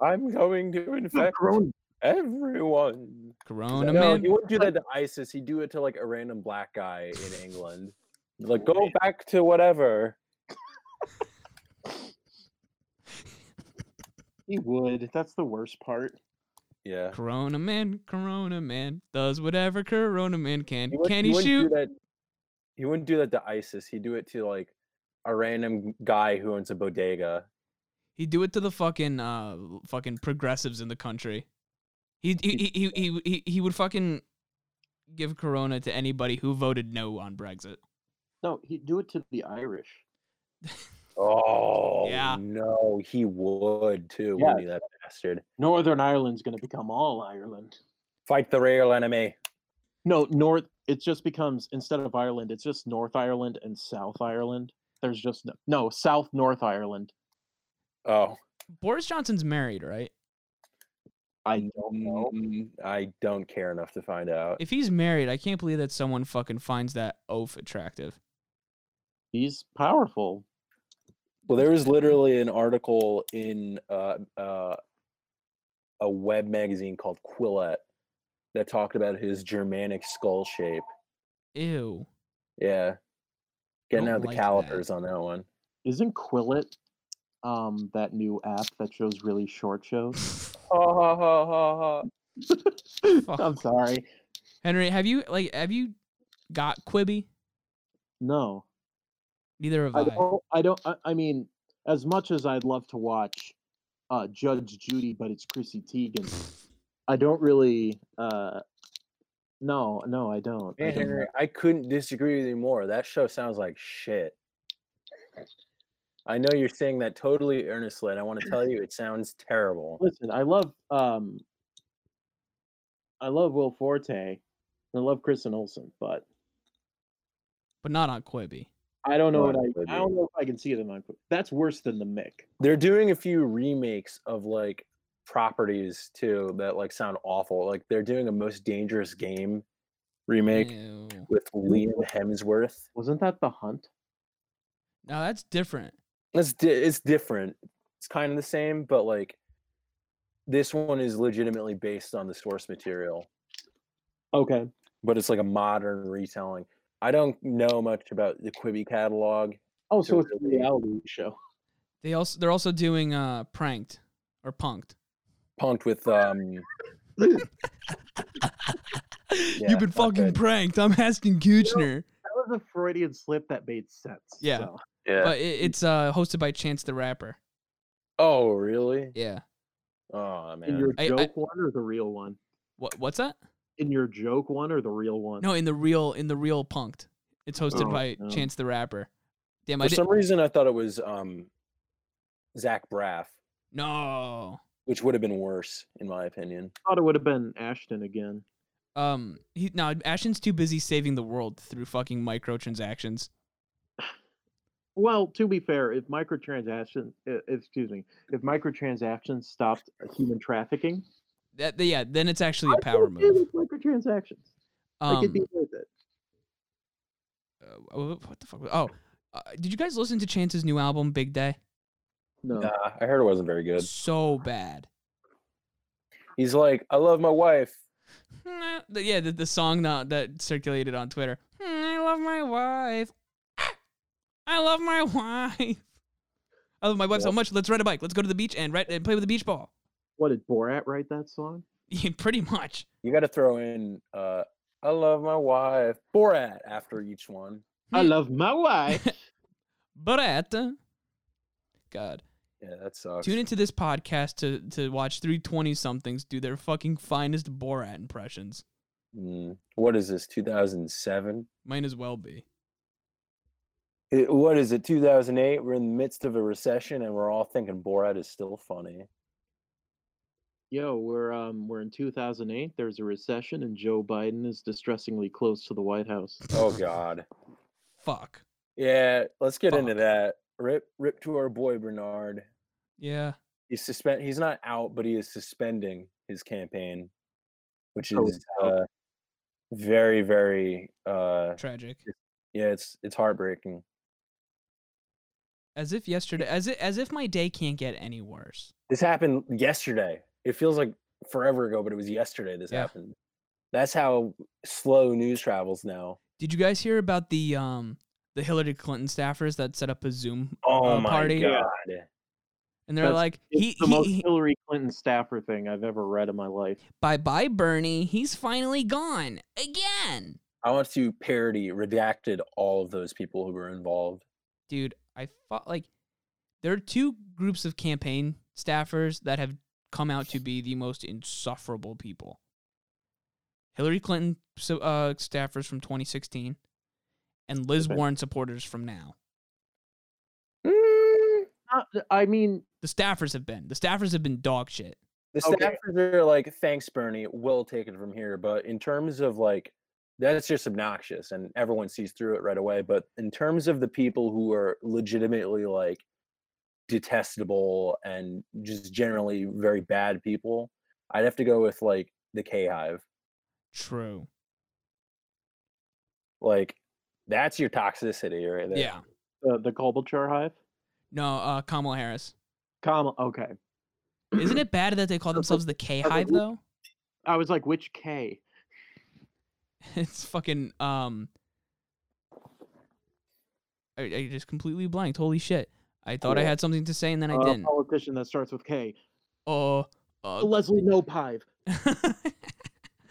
Speaker 1: I'm going to
Speaker 3: I'm
Speaker 1: infect
Speaker 3: Corona.
Speaker 1: everyone.
Speaker 2: Corona
Speaker 1: no,
Speaker 2: man.
Speaker 1: he wouldn't do that to ISIS. He'd do it to like a random black guy in England. Like, go back to whatever.
Speaker 3: He would. That's the worst part.
Speaker 1: Yeah.
Speaker 2: Corona man. Corona man does whatever Corona man can.
Speaker 1: wouldn't-
Speaker 2: Can he
Speaker 1: wouldn't do
Speaker 2: shoot?
Speaker 1: that- he wouldn't do that to ISIS. He'd do it to like a random guy who owns a bodega.
Speaker 2: He'd do it to the fucking uh fucking progressives in the country. He he he he he, he would fucking give Corona to anybody who voted no on Brexit.
Speaker 3: No, he'd do it to the Irish.
Speaker 1: Oh
Speaker 2: Yeah.
Speaker 1: no, he would too.
Speaker 3: Yeah.
Speaker 1: Wouldn't he, that bastard?
Speaker 3: Northern Ireland's gonna become all Ireland.
Speaker 1: Fight the real enemy.
Speaker 3: No, North it just becomes instead of Ireland, it's just North Ireland and South Ireland. There's just no, no South North Ireland.
Speaker 1: Oh,
Speaker 2: Boris Johnson's married, right?
Speaker 3: I don't know.
Speaker 1: mm, I don't care enough to find out.
Speaker 2: If he's married, I can't believe that someone fucking finds that oaf attractive.
Speaker 3: He's powerful.
Speaker 1: Well, there was literally an article in uh, uh, a web magazine called Quillette that talked about his Germanic skull shape.
Speaker 2: Ew.
Speaker 1: Yeah, getting
Speaker 2: Don't
Speaker 1: out the
Speaker 2: like that.
Speaker 1: calipers on that one.
Speaker 3: Isn't Quillet um that new app that shows really short shows?
Speaker 1: Ha ha ha ha ha. Um,
Speaker 3: I'm sorry.
Speaker 2: Henry, have you like have you got Quibi?
Speaker 3: No.
Speaker 2: Neither have I.
Speaker 3: I don't I don't I, I mean, as much as I'd love to watch uh Judge Judy, but it's Chrissy Teigen. I don't really uh No, no, I don't. I
Speaker 1: Man,
Speaker 3: don't.
Speaker 1: Henry, I couldn't disagree with you more. That show sounds like shit. I know you're saying that totally earnestly, and I want to tell you it sounds terrible.
Speaker 3: Listen, I love um I love Will Forte. and I love Kristen Olsen, but
Speaker 2: but not on Quibi.
Speaker 3: I don't know
Speaker 1: Right,
Speaker 3: what
Speaker 1: maybe.
Speaker 3: I I don't know if I can see it in my that's worse than the Mick.
Speaker 1: They're doing a few remakes of like properties too that like sound awful. Like they're doing a most dangerous game remake
Speaker 2: Ew.
Speaker 1: with Liam Hemsworth.
Speaker 3: Wasn't that the hunt?
Speaker 2: No, that's different.
Speaker 1: It's di- it's different. It's kind of the same, but like this one is legitimately based on the source material,
Speaker 3: Okay.
Speaker 1: but it's like a modern retelling. I don't know much about the Quibi catalog.
Speaker 3: Oh, so
Speaker 1: It's
Speaker 3: it's a
Speaker 1: really-
Speaker 3: reality show.
Speaker 2: They also they're also doing uh pranked or punked.
Speaker 1: Punked with um
Speaker 2: You've been
Speaker 1: it's not
Speaker 2: fucking
Speaker 1: good.
Speaker 2: pranked. I'm asking Kuchner.
Speaker 3: That was a Freudian slip that made sense.
Speaker 2: Yeah.
Speaker 3: so.
Speaker 1: yeah.
Speaker 2: But it, it's uh hosted by Chance the Rapper.
Speaker 1: oh, really?
Speaker 2: Yeah.
Speaker 1: Oh
Speaker 3: In
Speaker 1: man.
Speaker 3: your
Speaker 2: I- I-
Speaker 3: joke one or the real one?
Speaker 2: What what's that?
Speaker 3: In your joke one or the real one?
Speaker 2: No, in the real in the real punked. It's hosted
Speaker 3: Oh,
Speaker 2: by
Speaker 3: no.
Speaker 2: Chance the Rapper. Damn, I
Speaker 1: For
Speaker 2: did
Speaker 1: some reason I thought it was um Zach Braff,
Speaker 2: No.
Speaker 1: which would have been worse in my opinion.
Speaker 3: I thought it would have been Ashton again.
Speaker 2: Um he no, Ashton's too busy saving the world through fucking microtransactions.
Speaker 3: Well, to be fair, if microtransaction, uh, excuse me, if microtransactions stopped uh, human trafficking,
Speaker 2: That yeah, then it's actually a
Speaker 3: I'd be
Speaker 2: power
Speaker 3: okay
Speaker 2: move.
Speaker 3: with microtransactions, I could
Speaker 2: Um,
Speaker 3: be with it.
Speaker 2: uh, wh- wh- what the fuck? was- Oh, uh, did you guys listen to Chance's new album, Big Day? Oh.
Speaker 3: No,
Speaker 1: Nah, I heard it wasn't very good.
Speaker 2: So bad.
Speaker 1: He's like, I love my wife.
Speaker 2: Nah, Hmm, uh, the- Yeah, the, the song that, that circulated on Twitter. Hmm, I love my wife. I love my wife. I love my wife so
Speaker 1: Yep.
Speaker 2: much. Let's ride a bike. Let's go to the beach and ride and play with the beach ball.
Speaker 3: what did Borat write that song?
Speaker 2: Yeah, pretty much.
Speaker 1: You got to throw in uh I love my wife Borat after each one.
Speaker 3: I
Speaker 2: Hmm.
Speaker 3: love my wife.
Speaker 2: But at the- God,
Speaker 1: Yeah, that sucks.
Speaker 2: tune into this podcast to to watch three twenty somethings do their fucking finest Borat impressions.
Speaker 1: Mm, what is this 2007?
Speaker 2: Might as well be.
Speaker 1: It, what is it 2008? We're in the midst of a recession and we're all thinking Borat is still funny.
Speaker 3: Yo, we're um we're in 2008. There's a recession, and Joe Biden is distressingly close to the White House.
Speaker 1: Oh god.
Speaker 2: Fuck.
Speaker 1: Yeah, let's get into
Speaker 2: Fuck.
Speaker 1: that. Rip rip to our boy Bernard.
Speaker 2: Yeah.
Speaker 1: He's suspend he's not out, but he is suspending his campaign, which
Speaker 3: Oh,
Speaker 1: is
Speaker 3: wow.
Speaker 1: uh, very very uh
Speaker 2: Tragic.
Speaker 1: yeah, it's it's heartbreaking.
Speaker 2: As if yesterday, as if, as if my day can't get any worse.
Speaker 1: This happened yesterday. It feels like forever ago, but it was yesterday this
Speaker 2: Yeah.
Speaker 1: happened. That's how slow news travels now.
Speaker 2: Did you guys hear about the um the Hillary Clinton staffers that set up a Zoom
Speaker 1: Oh
Speaker 2: Uh,
Speaker 1: my
Speaker 2: party?
Speaker 1: god.
Speaker 2: and they're
Speaker 3: That's-
Speaker 2: like,
Speaker 3: It's
Speaker 2: he,
Speaker 3: the
Speaker 2: he,
Speaker 3: most
Speaker 2: he-
Speaker 3: Hillary Clinton staffer thing I've ever read in my life.
Speaker 2: bye bye Bernie, he's finally gone again,
Speaker 1: I want to parody redacted all of those people who were involved.
Speaker 2: dude. I thought like there are two groups of campaign staffers that have come out to be the most insufferable people. Hillary Clinton so, uh, staffers from 2016, and Liz
Speaker 3: Okay.
Speaker 2: Warren supporters from now.
Speaker 3: Mm. Not, I mean,
Speaker 2: The staffers have been. The staffers have been dog shit.
Speaker 1: The
Speaker 3: Okay.
Speaker 1: staffers are like, thanks, Bernie, we'll take it from here. But in terms of like, that's just obnoxious and everyone sees through it right away. But in terms of the people who are legitimately like detestable and just generally very bad people, I'd have to go with like the K Hive.
Speaker 2: True.
Speaker 1: Like, that's your toxicity right there.
Speaker 2: Yeah.
Speaker 3: uh, the Klobuchar hive.
Speaker 2: No, uh, Kamala Harris.
Speaker 3: Comma. Okay.
Speaker 2: Isn't it bad that they call themselves the K Hive though?
Speaker 3: I was like, which K?
Speaker 2: It's fucking um. I, I just completely blanked. Holy shit! I thought I
Speaker 1: Yeah.
Speaker 2: had something to say and then I
Speaker 3: Uh,
Speaker 2: didn't.
Speaker 3: politician that starts with K.
Speaker 2: Oh, uh,
Speaker 3: Leslie No Pive.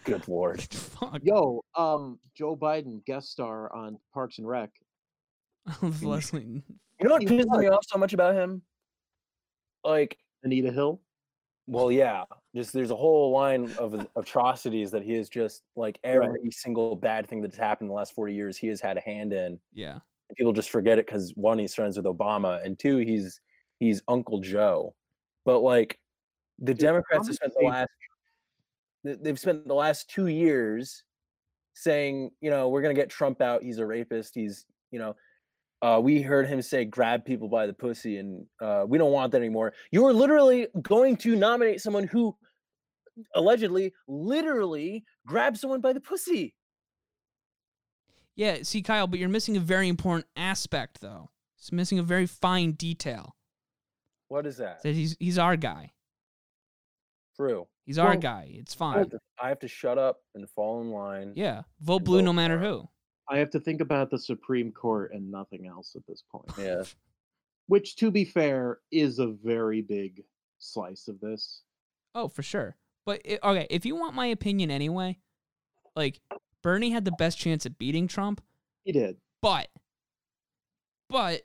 Speaker 1: Good lord.
Speaker 2: fuck.
Speaker 3: Yo, um, Joe Biden guest star on Parks and Rec.
Speaker 2: Leslie.
Speaker 1: You know what
Speaker 3: He
Speaker 1: pisses me off so much about him? Like,
Speaker 3: Anita Hill.
Speaker 1: well, yeah, Just there's a whole line of atrocities that he is just like every single bad thing that's happened in the last 40 years he has had a hand in.
Speaker 2: Yeah.
Speaker 1: And people just forget it because one, he's friends with Obama, and two, he's he's Uncle Joe. But like the
Speaker 3: Dude,
Speaker 1: Democrats have
Speaker 3: Obama's
Speaker 1: spent the
Speaker 3: favorite-
Speaker 1: last they- they've spent the last two years saying, you know, we're gonna get Trump out. He's a rapist. He's, you know, uh, we heard him say, "Grab people by the pussy," and uh, we don't want that anymore. You are literally going to nominate someone who allegedly, literally, grabbed someone by the pussy.
Speaker 2: Yeah, see, Kyle, but you're missing a very important aspect, though. It's missing a very fine detail.
Speaker 1: What is that?
Speaker 2: That he's he's our guy.
Speaker 1: True.
Speaker 2: He's our
Speaker 3: Well,
Speaker 2: guy. It's
Speaker 1: I have,
Speaker 2: fine.
Speaker 1: to, I have to shut up and fall in line.
Speaker 2: Yeah, vote
Speaker 1: and
Speaker 2: blue
Speaker 1: vote
Speaker 2: no
Speaker 1: for
Speaker 2: matter
Speaker 1: him.
Speaker 2: who.
Speaker 3: I have to think about the Supreme Court and nothing else at this point.
Speaker 1: Yeah.
Speaker 3: Which, to be fair, is a very big slice of this.
Speaker 2: Oh, for sure. But i okay, if you want my opinion anyway, like Bernie had the best chance at beating Trump,
Speaker 3: He did.
Speaker 2: but but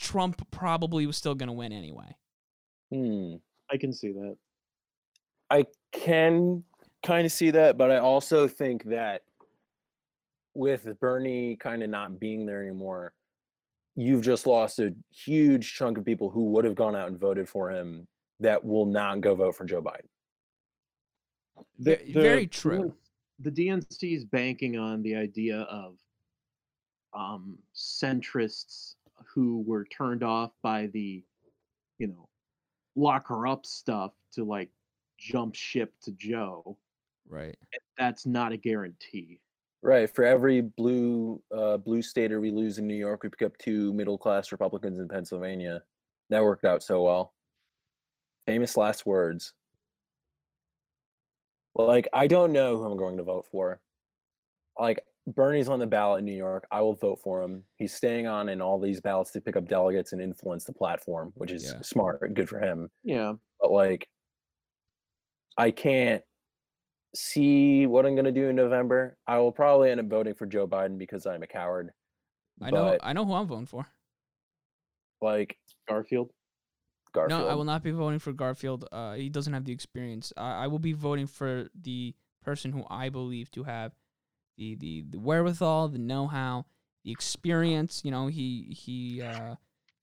Speaker 2: Trump probably was still going to win anyway.
Speaker 1: Hmm.
Speaker 3: I can see that.
Speaker 1: I can kind of see that, but I also think that with Bernie kind of not being there anymore, you've just lost a huge chunk of people who would have gone out and voted for him that will not go vote for Joe Biden.
Speaker 3: The-
Speaker 2: Ve- very
Speaker 3: the
Speaker 2: true.
Speaker 3: DN The DNC is banking on the idea of um, centrists who were turned off by the, you know, lock her up stuff to like jump ship to Joe.
Speaker 2: Right.
Speaker 3: That's not a guarantee.
Speaker 1: Right. For every blue uh, blue stater we lose in New York, we pick up two middle class Republicans in Pennsylvania. That worked out so well. Famous last words. Like I don't know who I'm going to vote for. Like Bernie's on the ballot in New York. I will vote for him. He's staying on in all these ballots to pick up delegates and influence the platform, which is
Speaker 2: Yeah.
Speaker 1: smart, good for him
Speaker 3: Yeah.
Speaker 1: but like I can't see what I'm gonna do in November. I will probably end up voting for Joe Biden because I'm a coward.
Speaker 2: I know
Speaker 1: But
Speaker 2: I know who I'm voting for.
Speaker 1: like
Speaker 3: Garfield.
Speaker 1: Garfield,
Speaker 2: No, I will not be voting for Garfield. Uh, he doesn't have the experience. I, I will be voting for the person who I believe to have the the, the wherewithal, the know how, the experience. You know, he he uh,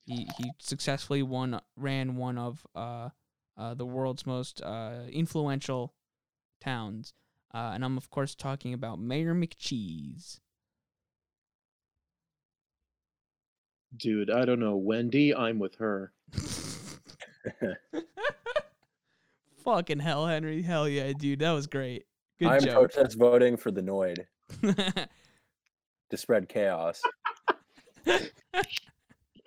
Speaker 2: he he successfully won ran one of uh, uh, the world's most uh, influential towns, uh, and I'm of course talking about Mayor McCheese.
Speaker 3: Dude, I don't know. Wendy, I'm with her.
Speaker 2: Fucking hell, Henry! Hell yeah, dude, that was great. Good
Speaker 1: I'm
Speaker 2: joke.
Speaker 1: protest voting for the Noid to spread chaos.
Speaker 3: the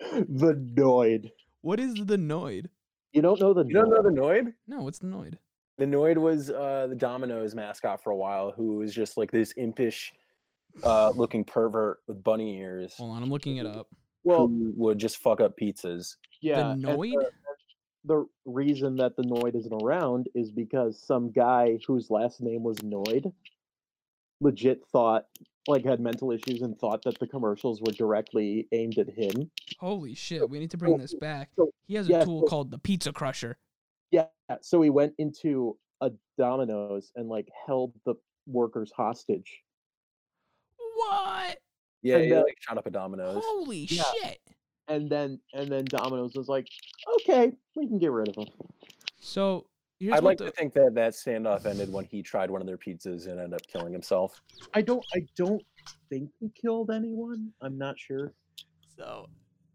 Speaker 3: Noid.
Speaker 2: what is the Noid?
Speaker 3: You don't know the
Speaker 1: You don't
Speaker 3: Noid?
Speaker 1: know the Noid?
Speaker 2: No, what's the Noid?
Speaker 1: The Noid was uh, the Domino's mascot for a while, who was just like this impish uh, looking pervert with bunny ears.
Speaker 2: Hold on, I'm looking it up.
Speaker 1: Well, who would just fuck up pizzas.
Speaker 3: Yeah.
Speaker 2: the
Speaker 3: and
Speaker 2: Noid?
Speaker 3: the reason that the Noid isn't around is because some guy whose last name was Noid legit thought, like, had mental issues and thought that the commercials were directly aimed at him.
Speaker 2: Holy shit, we need to bring
Speaker 3: so-
Speaker 2: this back.
Speaker 3: so,
Speaker 2: He has a
Speaker 3: yeah,
Speaker 2: tool
Speaker 3: so-
Speaker 2: called the Pizza Crusher.
Speaker 3: Yeah. So he went into a Domino's and, like, held the workers hostage.
Speaker 2: What?
Speaker 1: Yeah,
Speaker 3: And,
Speaker 1: he,
Speaker 3: uh,
Speaker 1: like shot up a Domino's.
Speaker 2: Holy
Speaker 3: Yeah.
Speaker 2: shit.
Speaker 3: And then, and then Domino's was like, okay, we can get rid of him.
Speaker 2: So
Speaker 1: I'd
Speaker 2: here's what
Speaker 1: like
Speaker 2: the
Speaker 1: to think that that standoff ended when he tried one of their pizzas and ended up killing himself.
Speaker 3: I don't, I don't think he killed anyone. I'm not sure.
Speaker 2: so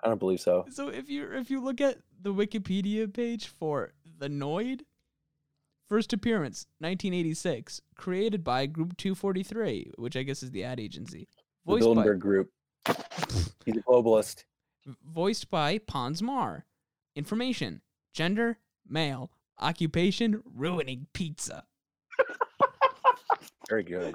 Speaker 1: I don't believe so.
Speaker 2: so if you if you look at the Wikipedia page for the Noid, first appearance 1986, created by Group 243, which I guess is the ad agency.
Speaker 1: The
Speaker 2: Voiced by
Speaker 1: Bilderberg Group. He's a globalist.
Speaker 2: voiced by Pons Mar. Information: gender, male, occupation, ruining pizza.
Speaker 1: Very good.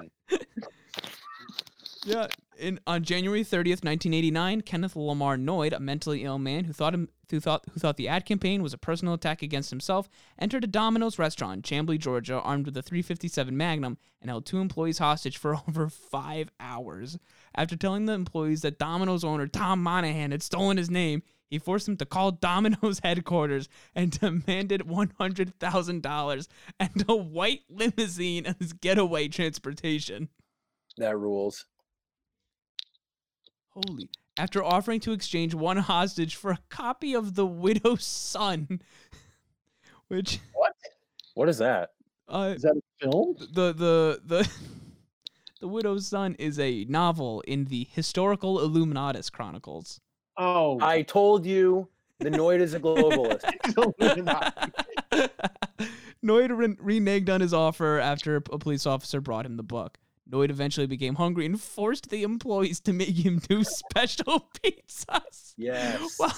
Speaker 2: Yeah, In, on January 30th, 1989, Kenneth Lamar Noyd, a mentally ill man who thought, him, who, thought, who thought the ad campaign was a personal attack against himself, entered a Domino's restaurant in Chamblee, Georgia, armed with a 357 Magnum and held two employees hostage for over five hours. After telling the employees that Domino's owner Tom Monahan had stolen his name, he forced them to call Domino's headquarters and demanded $100,000 and a white limousine as getaway transportation.
Speaker 1: That rules.
Speaker 2: Holy. After offering to exchange one hostage for a copy of The Widow's Son, which
Speaker 1: What is that?
Speaker 2: uh,
Speaker 3: Is that a film?
Speaker 2: the the the The Widow's Son is a novel in the historical Illuminatus Chronicles.
Speaker 3: Oh,
Speaker 1: I told you the Noid is a globalist.
Speaker 2: Noid ren- reneged on his offer after a police officer brought him the book. Noid eventually became hungry and forced the employees to make him do special pizzas.
Speaker 1: Yes.
Speaker 2: While,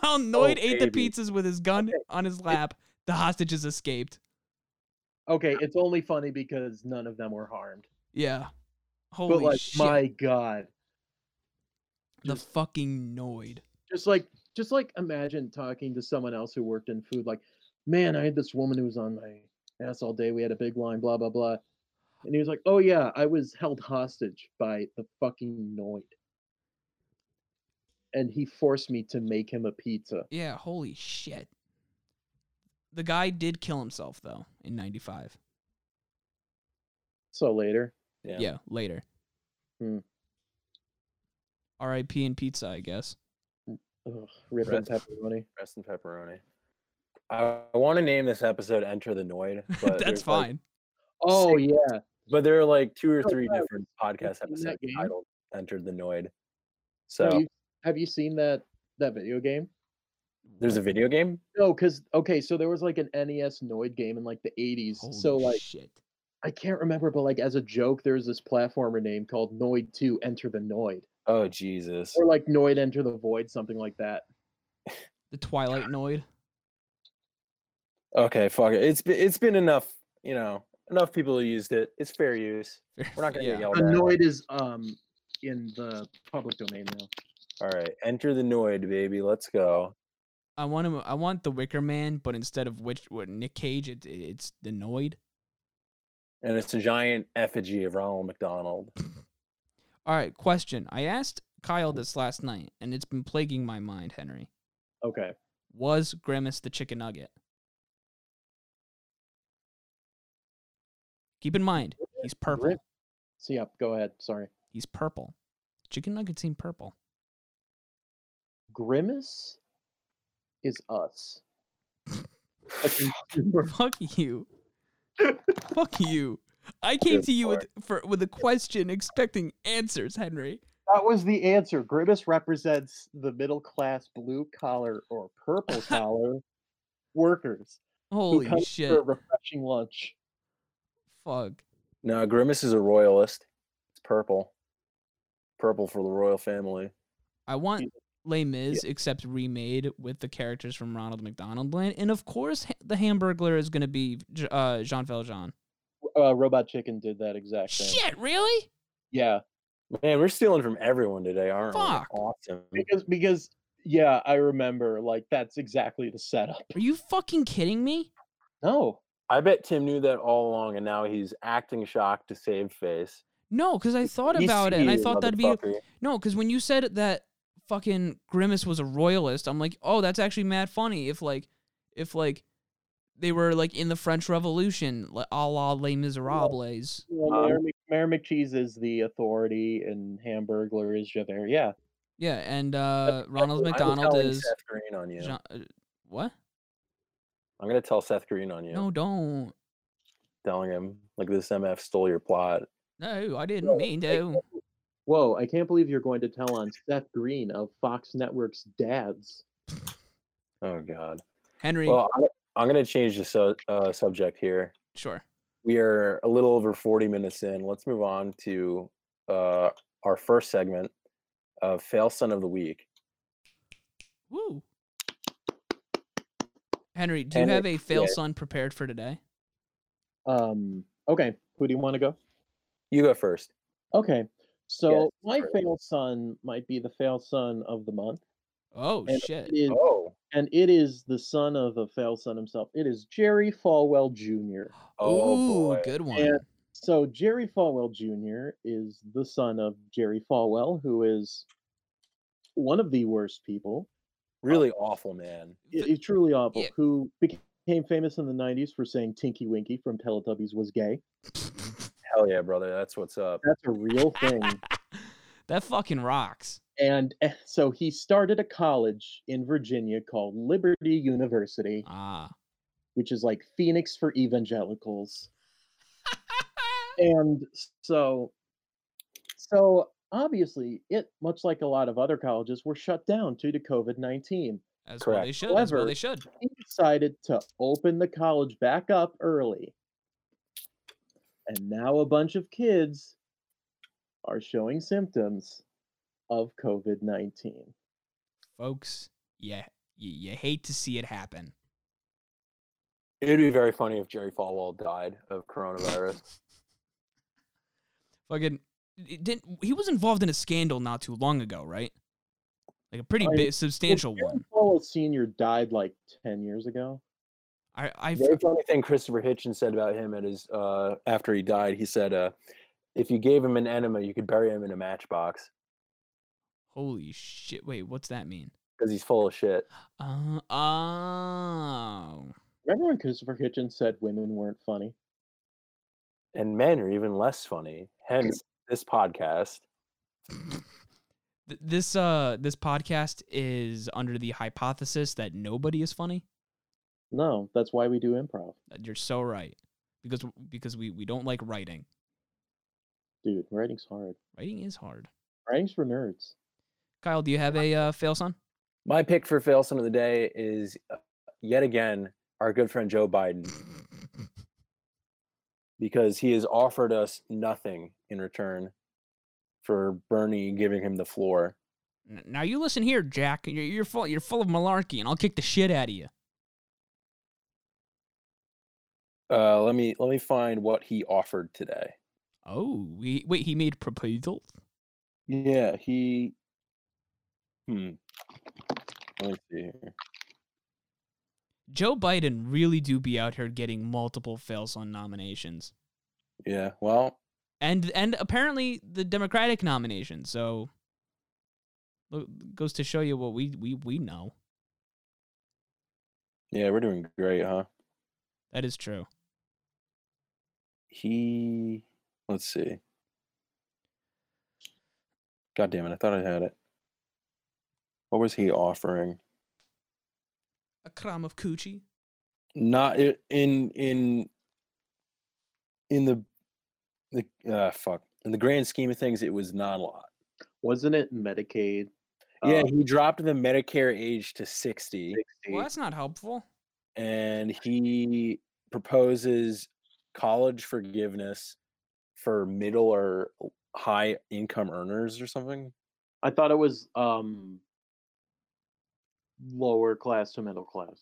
Speaker 2: while Noid ate the
Speaker 1: baby.
Speaker 2: pizzas with his gun on his lap, the hostages escaped.
Speaker 3: okay. It's only funny because none of them were harmed.
Speaker 2: Yeah. Holy
Speaker 3: but like,
Speaker 2: shit.
Speaker 3: my god,
Speaker 2: the fucking Noid.
Speaker 3: just like, just like, imagine talking to someone else who worked in food. Like, man, I had this woman who was on my ass all day. We had a big line, blah blah blah. And he was like, "Oh yeah, I was held hostage by the fucking Noid, and he forced me to make him a pizza."
Speaker 2: Yeah, holy shit. The guy did kill himself, though, in 95.
Speaker 3: So later,
Speaker 1: Yeah.
Speaker 2: Yeah, later.
Speaker 3: Hmm.
Speaker 2: RIP and pizza, I guess.
Speaker 3: ugh, rip and
Speaker 1: Rest-
Speaker 3: pepperoni.
Speaker 1: Rest and pepperoni. I, I want to name this episode "Enter the Noid," but
Speaker 2: That's
Speaker 1: there's, like-
Speaker 2: fine.
Speaker 3: Oh yeah,
Speaker 1: but there are like two or
Speaker 3: Oh,
Speaker 1: three
Speaker 3: yeah,
Speaker 1: different podcast
Speaker 3: seen that
Speaker 1: episodes
Speaker 3: game.
Speaker 1: titled "Enter the Noid."
Speaker 3: No,
Speaker 1: So
Speaker 3: you- have you seen that that video game?
Speaker 1: there's a video game.
Speaker 3: No, because okay, so there was like an NES Noid game in like the '80s.
Speaker 2: Holy
Speaker 3: so like
Speaker 2: shit.
Speaker 3: I can't remember, but like as a joke, there's this platformer name called Noid Two: Enter the Noid,
Speaker 1: Oh Jesus!
Speaker 3: or like Noid Enter the Void, something like that.
Speaker 2: The Twilight Noid.
Speaker 1: Okay, fuck it. It's been it's been enough. You know, enough people who used it. It's fair use. We're not gonna
Speaker 2: yeah.
Speaker 1: get yelled
Speaker 3: A
Speaker 1: at.
Speaker 3: Noid is um in the public domain now.
Speaker 1: All right, enter the Noid, baby. Let's go.
Speaker 2: I want him. I want the Wicker Man, but instead of which what, Nick Cage, it, it- it's the Noid.
Speaker 1: And it's a giant effigy of Ronald McDonald.
Speaker 2: All right, question. I asked Kyle this last night, and it's been plaguing my mind, Henry.
Speaker 3: Okay,
Speaker 2: Was Grimace the chicken nugget? Keep in mind, he's purple.
Speaker 3: Grim- so yeah, go ahead. Sorry,
Speaker 2: He's purple. Chicken nuggets seem purple.
Speaker 3: Grimace is us. A consumer-
Speaker 2: Fuck you. Fuck you. I came
Speaker 1: Good
Speaker 2: to you with for with a question expecting answers, Henry.
Speaker 3: That was the answer. Grimace represents the middle class blue collar or purple collar workers
Speaker 2: Holy
Speaker 3: who come
Speaker 2: shit.
Speaker 3: for a refreshing lunch.
Speaker 2: Fuck.
Speaker 1: No, Grimace is a royalist. It's purple. Purple for the royal family.
Speaker 2: I want Les Mis except remade with the characters from Ronald McDonald Land, and of course Ha- the Hamburglar is gonna be J- uh, Jean Valjean.
Speaker 3: Uh, Robot Chicken did that exact thing.
Speaker 2: Shit, really?
Speaker 3: Yeah,
Speaker 1: Man, we're stealing from everyone today, aren't
Speaker 2: Fuck.
Speaker 1: we? Awesome.
Speaker 3: because because yeah, I remember like that's exactly the setup.
Speaker 2: Are you fucking kidding me?
Speaker 3: No,
Speaker 1: I bet Tim knew that all along, and now he's acting shocked to save face.
Speaker 2: No, because I thought
Speaker 1: You
Speaker 2: about it and I
Speaker 1: see,
Speaker 2: thought that'd be
Speaker 1: motherfucker.
Speaker 2: No, because when you said that fucking Grimace was a royalist, I'm like, oh, that's actually mad funny. If like, if like, they were like in the French Revolution, like, a la Les Miserables.
Speaker 3: well,
Speaker 1: Um,
Speaker 3: Mayor, Mc- Mayor McCheese is the authority, and Hamburglar is Javert. Yeah,
Speaker 2: Yeah, and uh,
Speaker 1: I'm
Speaker 2: Ronald McDonald
Speaker 1: telling
Speaker 2: is
Speaker 1: Seth Green on you.
Speaker 2: Jean- uh, what?
Speaker 1: I'm gonna tell Seth Green on you.
Speaker 2: No, don't.
Speaker 1: Telling him like this MF stole your plot.
Speaker 2: No, I didn't
Speaker 3: No,
Speaker 2: mean to.
Speaker 3: Whoa, I can't believe you're going to tell on Seth Green of Fox Network's Dads.
Speaker 1: Oh God.
Speaker 2: Henry,
Speaker 1: Well, I'm, I'm gonna change the su- uh, subject here.
Speaker 2: sure.
Speaker 1: We are a little over 40 minutes in. Let's move on to uh, our first segment of Fail Son of the Week.
Speaker 2: Woo. Henry, do you
Speaker 1: Henry,
Speaker 2: have a fail
Speaker 1: yeah.
Speaker 2: son prepared for today?
Speaker 3: Um, okay, who do you want to go?
Speaker 1: You go first.
Speaker 3: Okay, So
Speaker 1: Yes,
Speaker 3: my
Speaker 1: true.
Speaker 3: fail son might be the fail son of the month,
Speaker 2: Oh
Speaker 3: And
Speaker 2: shit.
Speaker 3: It is-
Speaker 1: Oh,
Speaker 3: and it is the son of a fail son himself. It is Jerry Falwell Jr.
Speaker 1: oh
Speaker 2: Ooh,
Speaker 1: boy.
Speaker 2: good one.
Speaker 3: And so Jerry Falwell Jr. is the son of Jerry Falwell, who is one of the worst people,
Speaker 1: Really awful, man.
Speaker 3: i-
Speaker 2: The-
Speaker 3: i- truly awful,
Speaker 2: Yeah.
Speaker 3: who became famous in the '90s for saying Tinky Winky from Teletubbies was gay.
Speaker 1: Hell yeah, brother. That's what's up.
Speaker 3: That's a real thing.
Speaker 2: that fucking rocks.
Speaker 3: and eh, so he started a college in Virginia called Liberty University,
Speaker 2: Ah.
Speaker 3: which is like Phoenix for evangelicals. and so so obviously it much like a lot of other colleges were shut down due to covid-19
Speaker 2: As well
Speaker 1: Correct.
Speaker 2: they should. as well
Speaker 3: However-
Speaker 2: they should.
Speaker 3: he decided to open the college back up early and now a bunch of kids are showing symptoms of covid-19
Speaker 2: Folks, yeah. You, you hate to see it happen.
Speaker 1: It'd be very funny if Jerry Falwell died of coronavirus.
Speaker 2: Fucking it didn't he was involved in a scandal not too long ago, right? Like a pretty
Speaker 3: I-
Speaker 2: big substantial
Speaker 3: Jerry
Speaker 2: one.
Speaker 3: Falwell senior died like 10 years ago
Speaker 2: I I
Speaker 1: Very funny thing Christopher Hitchens said about him at his uh, after he died. He said, uh, "If you gave him an enema, you could bury him in a matchbox
Speaker 2: holy shit. Wait, what's that mean?
Speaker 1: because he's full of shit."
Speaker 2: Uh, oh.
Speaker 3: remember when christopher hitchens said women weren't funny
Speaker 1: And men are even less funny. Hence this podcast.
Speaker 2: Th- This uh this podcast is under the hypothesis that nobody is funny.
Speaker 3: no that's why we do improv
Speaker 2: Uh, You're so right. Because w- because we we don't like writing.
Speaker 3: dude writing's hard
Speaker 2: Writing is hard.
Speaker 3: writing's for nerds
Speaker 2: Kyle, do you have a uh, fail son?
Speaker 1: My pick for fail son of the day is uh, yet again our good friend Joe Biden because he has offered us nothing in return for Bernie giving him the floor.
Speaker 2: N- Now you listen here, Jack. You're you're full you're full of malarkey, and I'll kick the shit out of you.
Speaker 1: Uh, let me let me find what he offered today.
Speaker 2: Oh, we wait. He made proposals.
Speaker 1: Yeah, he. Hmm. Let me see here.
Speaker 2: Joe Biden really do be out here getting multiple fail son nominations,
Speaker 1: Yeah. Well,
Speaker 2: and and apparently the Democratic nomination. So, lo- goes to show you what we we we know.
Speaker 1: yeah, we're doing great, huh?
Speaker 2: That is true.
Speaker 1: He. Let's see. God damn it! I thought I had it. What was he offering?
Speaker 2: A crumb of coochie.
Speaker 1: Not i- in in in the the uh, fuck in the grand scheme of things, it was not a lot.
Speaker 3: wasn't it medicaid
Speaker 1: Yeah,
Speaker 3: Uh,
Speaker 1: he dropped the Medicare age to sixty.
Speaker 3: 60.
Speaker 2: Well, that's not helpful.
Speaker 1: and he proposes college forgiveness for middle or high income earners or something.
Speaker 3: I thought it was um lower class to middle class.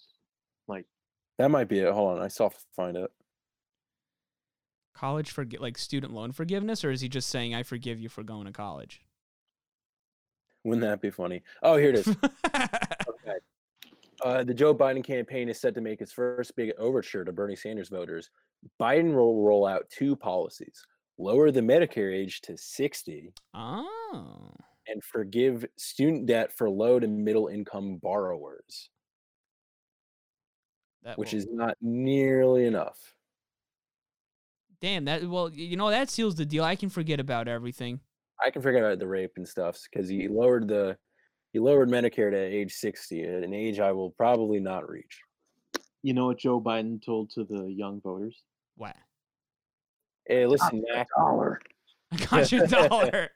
Speaker 1: That might be it. Hold on, I still have to find it.
Speaker 2: College for like student loan forgiveness, or is he just saying I forgive you for going to college?
Speaker 1: Wouldn't that be funny? Oh, here it is. Okay. Uh, the Joe Biden campaign is set to make its first big overture to Bernie Sanders voters. Biden will roll out two policies lower the Medicare age to 60
Speaker 2: oh,
Speaker 1: and forgive student debt for low to middle income borrowers,
Speaker 2: that
Speaker 1: which
Speaker 2: will-
Speaker 1: is not nearly enough.
Speaker 2: damn. That well, you know that seals the deal. I can forget about everything.
Speaker 1: I can figure out the rape and stuff because he lowered the he lowered Medicare to age sixty, at an age I will probably not reach.
Speaker 3: You know what Joe Biden told to the young voters?
Speaker 2: What?
Speaker 1: Hey, listen, Mac.
Speaker 3: Dollar.
Speaker 2: I got your dollar.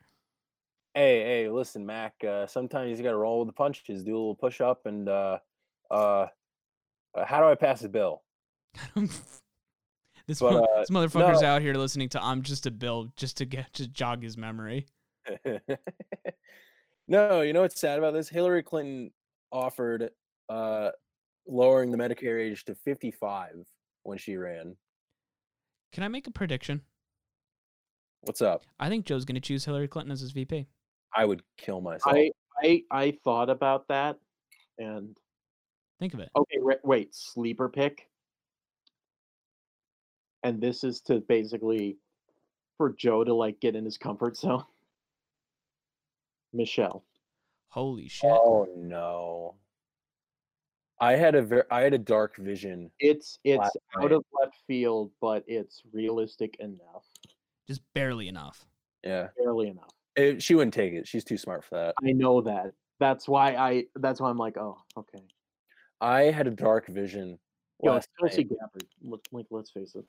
Speaker 1: Hey, hey, listen, Mac. Uh, sometimes you got to roll with the punches, do a little push up, and uh, uh, uh, how do I pass the bill?
Speaker 2: this,
Speaker 1: But,
Speaker 2: mo-
Speaker 1: uh,
Speaker 2: this motherfucker's out here listening to "I'm Just a Bill" just to get to jog his memory.
Speaker 1: uh, no, you know what's sad about this? Hillary Clinton offered uh, lowering the Medicare age to fifty five when she ran.
Speaker 2: Can I make a prediction?
Speaker 1: What's up?
Speaker 2: I think Joe's gonna choose Hillary Clinton as his VP.
Speaker 1: I would kill myself.
Speaker 3: I I I thought about that, and
Speaker 2: Think of it.
Speaker 3: okay, re- wait, sleeper pick, and this is to basically for Joe to like get in his comfort zone. Michelle,
Speaker 2: Holy shit.
Speaker 1: oh no. I had a ver- I had a dark vision.
Speaker 3: it's it's
Speaker 1: Last
Speaker 3: out
Speaker 1: night.
Speaker 3: of left field, but it's realistic enough,
Speaker 2: Just barely enough.
Speaker 1: Yeah,
Speaker 3: barely enough.
Speaker 1: It- she wouldn't take it. She's too smart for that.
Speaker 3: I know that. That's why I. That's why I'm like, oh, okay.
Speaker 1: I had a dark vision.
Speaker 3: Yo,
Speaker 1: last
Speaker 3: Tulsi
Speaker 1: night.
Speaker 3: Gabbard. Let, like, let's face it.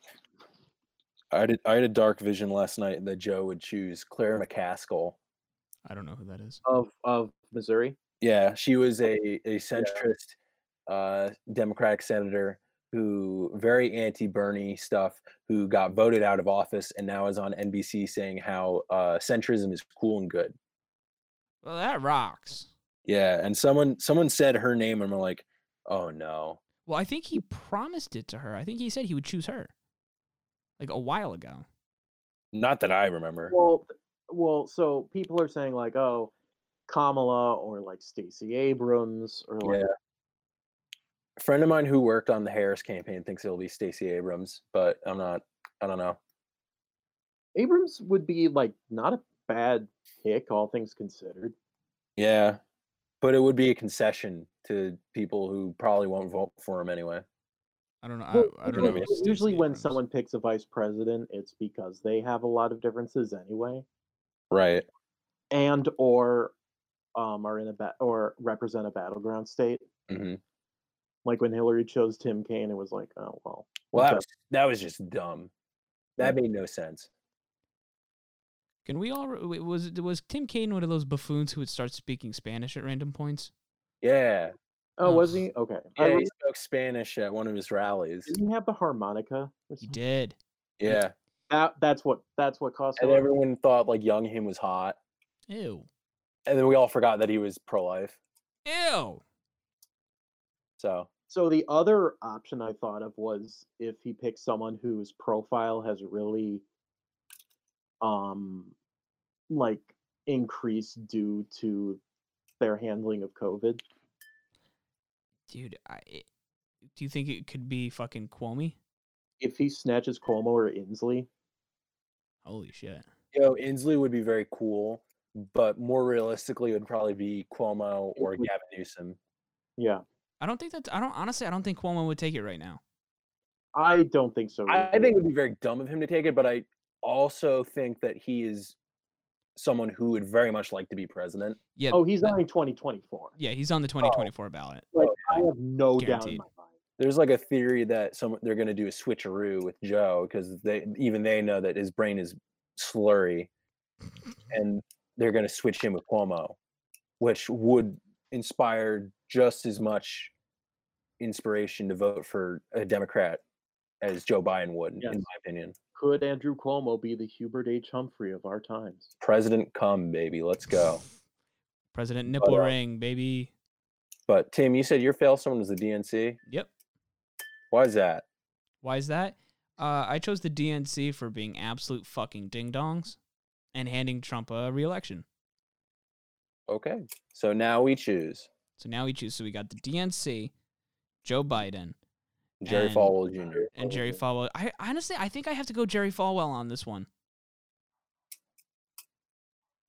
Speaker 1: I did. I had a dark vision last night that Joe would choose Claire McCaskill.
Speaker 2: I don't know who that is.
Speaker 3: Of of Missouri.
Speaker 1: Yeah, she was a, a centrist uh, Democratic senator who very anti Bernie stuff, who got voted out of office and now is on NBC saying how uh, centrism is cool and good.
Speaker 2: Well, that rocks.
Speaker 1: Yeah, and someone someone said her name and I'm like, oh no.
Speaker 2: Well, I think he promised it to her. I think he said he would choose her. Like a while ago.
Speaker 1: Not that I remember.
Speaker 3: Well, th- well. So people are saying like, oh, Kamala or like Stacey Abrams or like,
Speaker 1: Yeah. A friend of mine who worked on the Harris campaign thinks it'll be Stacey Abrams, but I'm not I don't know.
Speaker 3: Abrams would be like not a bad pick, all things considered.
Speaker 1: Yeah. But it would be a concession to people who probably won't vote for him anyway.
Speaker 2: I don't know.
Speaker 3: Well,
Speaker 2: I, I don't
Speaker 1: usually-
Speaker 2: know.
Speaker 1: if
Speaker 2: Stacey
Speaker 3: Usually, when
Speaker 2: Abrams.
Speaker 3: someone picks a vice president, it's because they have a lot of differences anyway,
Speaker 1: Right.
Speaker 3: and or um are in a ba- or represent a battleground state.
Speaker 1: hmm
Speaker 3: Like when Hillary chose Tim Kaine, it was like, oh well.
Speaker 1: Well, that
Speaker 3: Okay.
Speaker 1: was, that was just dumb. That
Speaker 3: Yeah.
Speaker 1: made no sense.
Speaker 2: Can we all re- wait, was it was Tim Kaine one of those buffoons who would start speaking Spanish at random points?
Speaker 1: Yeah.
Speaker 3: Oh,
Speaker 2: Ugh.
Speaker 3: was he? Okay. I
Speaker 1: Yeah,
Speaker 3: remember-
Speaker 1: he spoke Spanish at one of his rallies.
Speaker 3: Did he have the harmonica? or
Speaker 2: He
Speaker 3: something?
Speaker 2: did.
Speaker 1: Yeah.
Speaker 3: That that's what that's what caused
Speaker 1: And
Speaker 3: it.
Speaker 1: everyone thought like young him was hot.
Speaker 2: Ew.
Speaker 1: And then we all forgot that he was pro life.
Speaker 2: Ew.
Speaker 1: So
Speaker 3: So the other option I thought of was if he picks someone whose profile has really um like increased due to their handling of COVID.
Speaker 2: Dude, I it, do you think it could be fucking Cuomo?
Speaker 3: If he snatches Cuomo or Inslee,
Speaker 2: Holy shit.
Speaker 1: you know, Inslee would be very cool, but more realistically it would probably be Cuomo or
Speaker 3: Inslee.
Speaker 1: Gavin Newsom.
Speaker 3: yeah.
Speaker 2: I don't think that's I don't honestly I don't think Cuomo would take it right now.
Speaker 3: I don't think so.
Speaker 1: I I
Speaker 3: either.
Speaker 1: think it would be very dumb of him to take it, but I also think that he is someone who would very much like to be president.
Speaker 2: Yeah.
Speaker 3: Oh, he's
Speaker 2: that-
Speaker 3: eyeing 2024.
Speaker 2: Yeah, he's
Speaker 1: Oh.
Speaker 2: on the 2024 ballot.
Speaker 3: Like I have no doubt in
Speaker 2: Guaranteed.
Speaker 3: my mind.
Speaker 1: there's like a theory that some they're going to do a switcheroo with Joe because they even they know that his brain is slurry, and they're going to switch him with Cuomo, which would inspire just as much inspiration to vote for a Democrat as Joe Biden would,
Speaker 3: Yes.
Speaker 1: in my opinion.
Speaker 3: Could Andrew Cuomo be the Hubert H. Humphrey of our times?
Speaker 1: President, come baby, let's go.
Speaker 2: President Nipple
Speaker 1: uh,
Speaker 2: Ring, baby.
Speaker 1: But Tim, you said your fail someone was the DNC.
Speaker 2: Yep.
Speaker 1: Why is that?
Speaker 2: Why is that? Uh, I chose the DNC for being absolute fucking ding dongs and handing Trump a reelection.
Speaker 1: Okay, so now we choose
Speaker 2: So now we choose. So we got the DNC, Joe Biden,
Speaker 1: Jerry
Speaker 2: And-
Speaker 1: Falwell Jr.
Speaker 2: and Jerry Falwell. I honestly, I think I have to go Jerry Falwell on this one.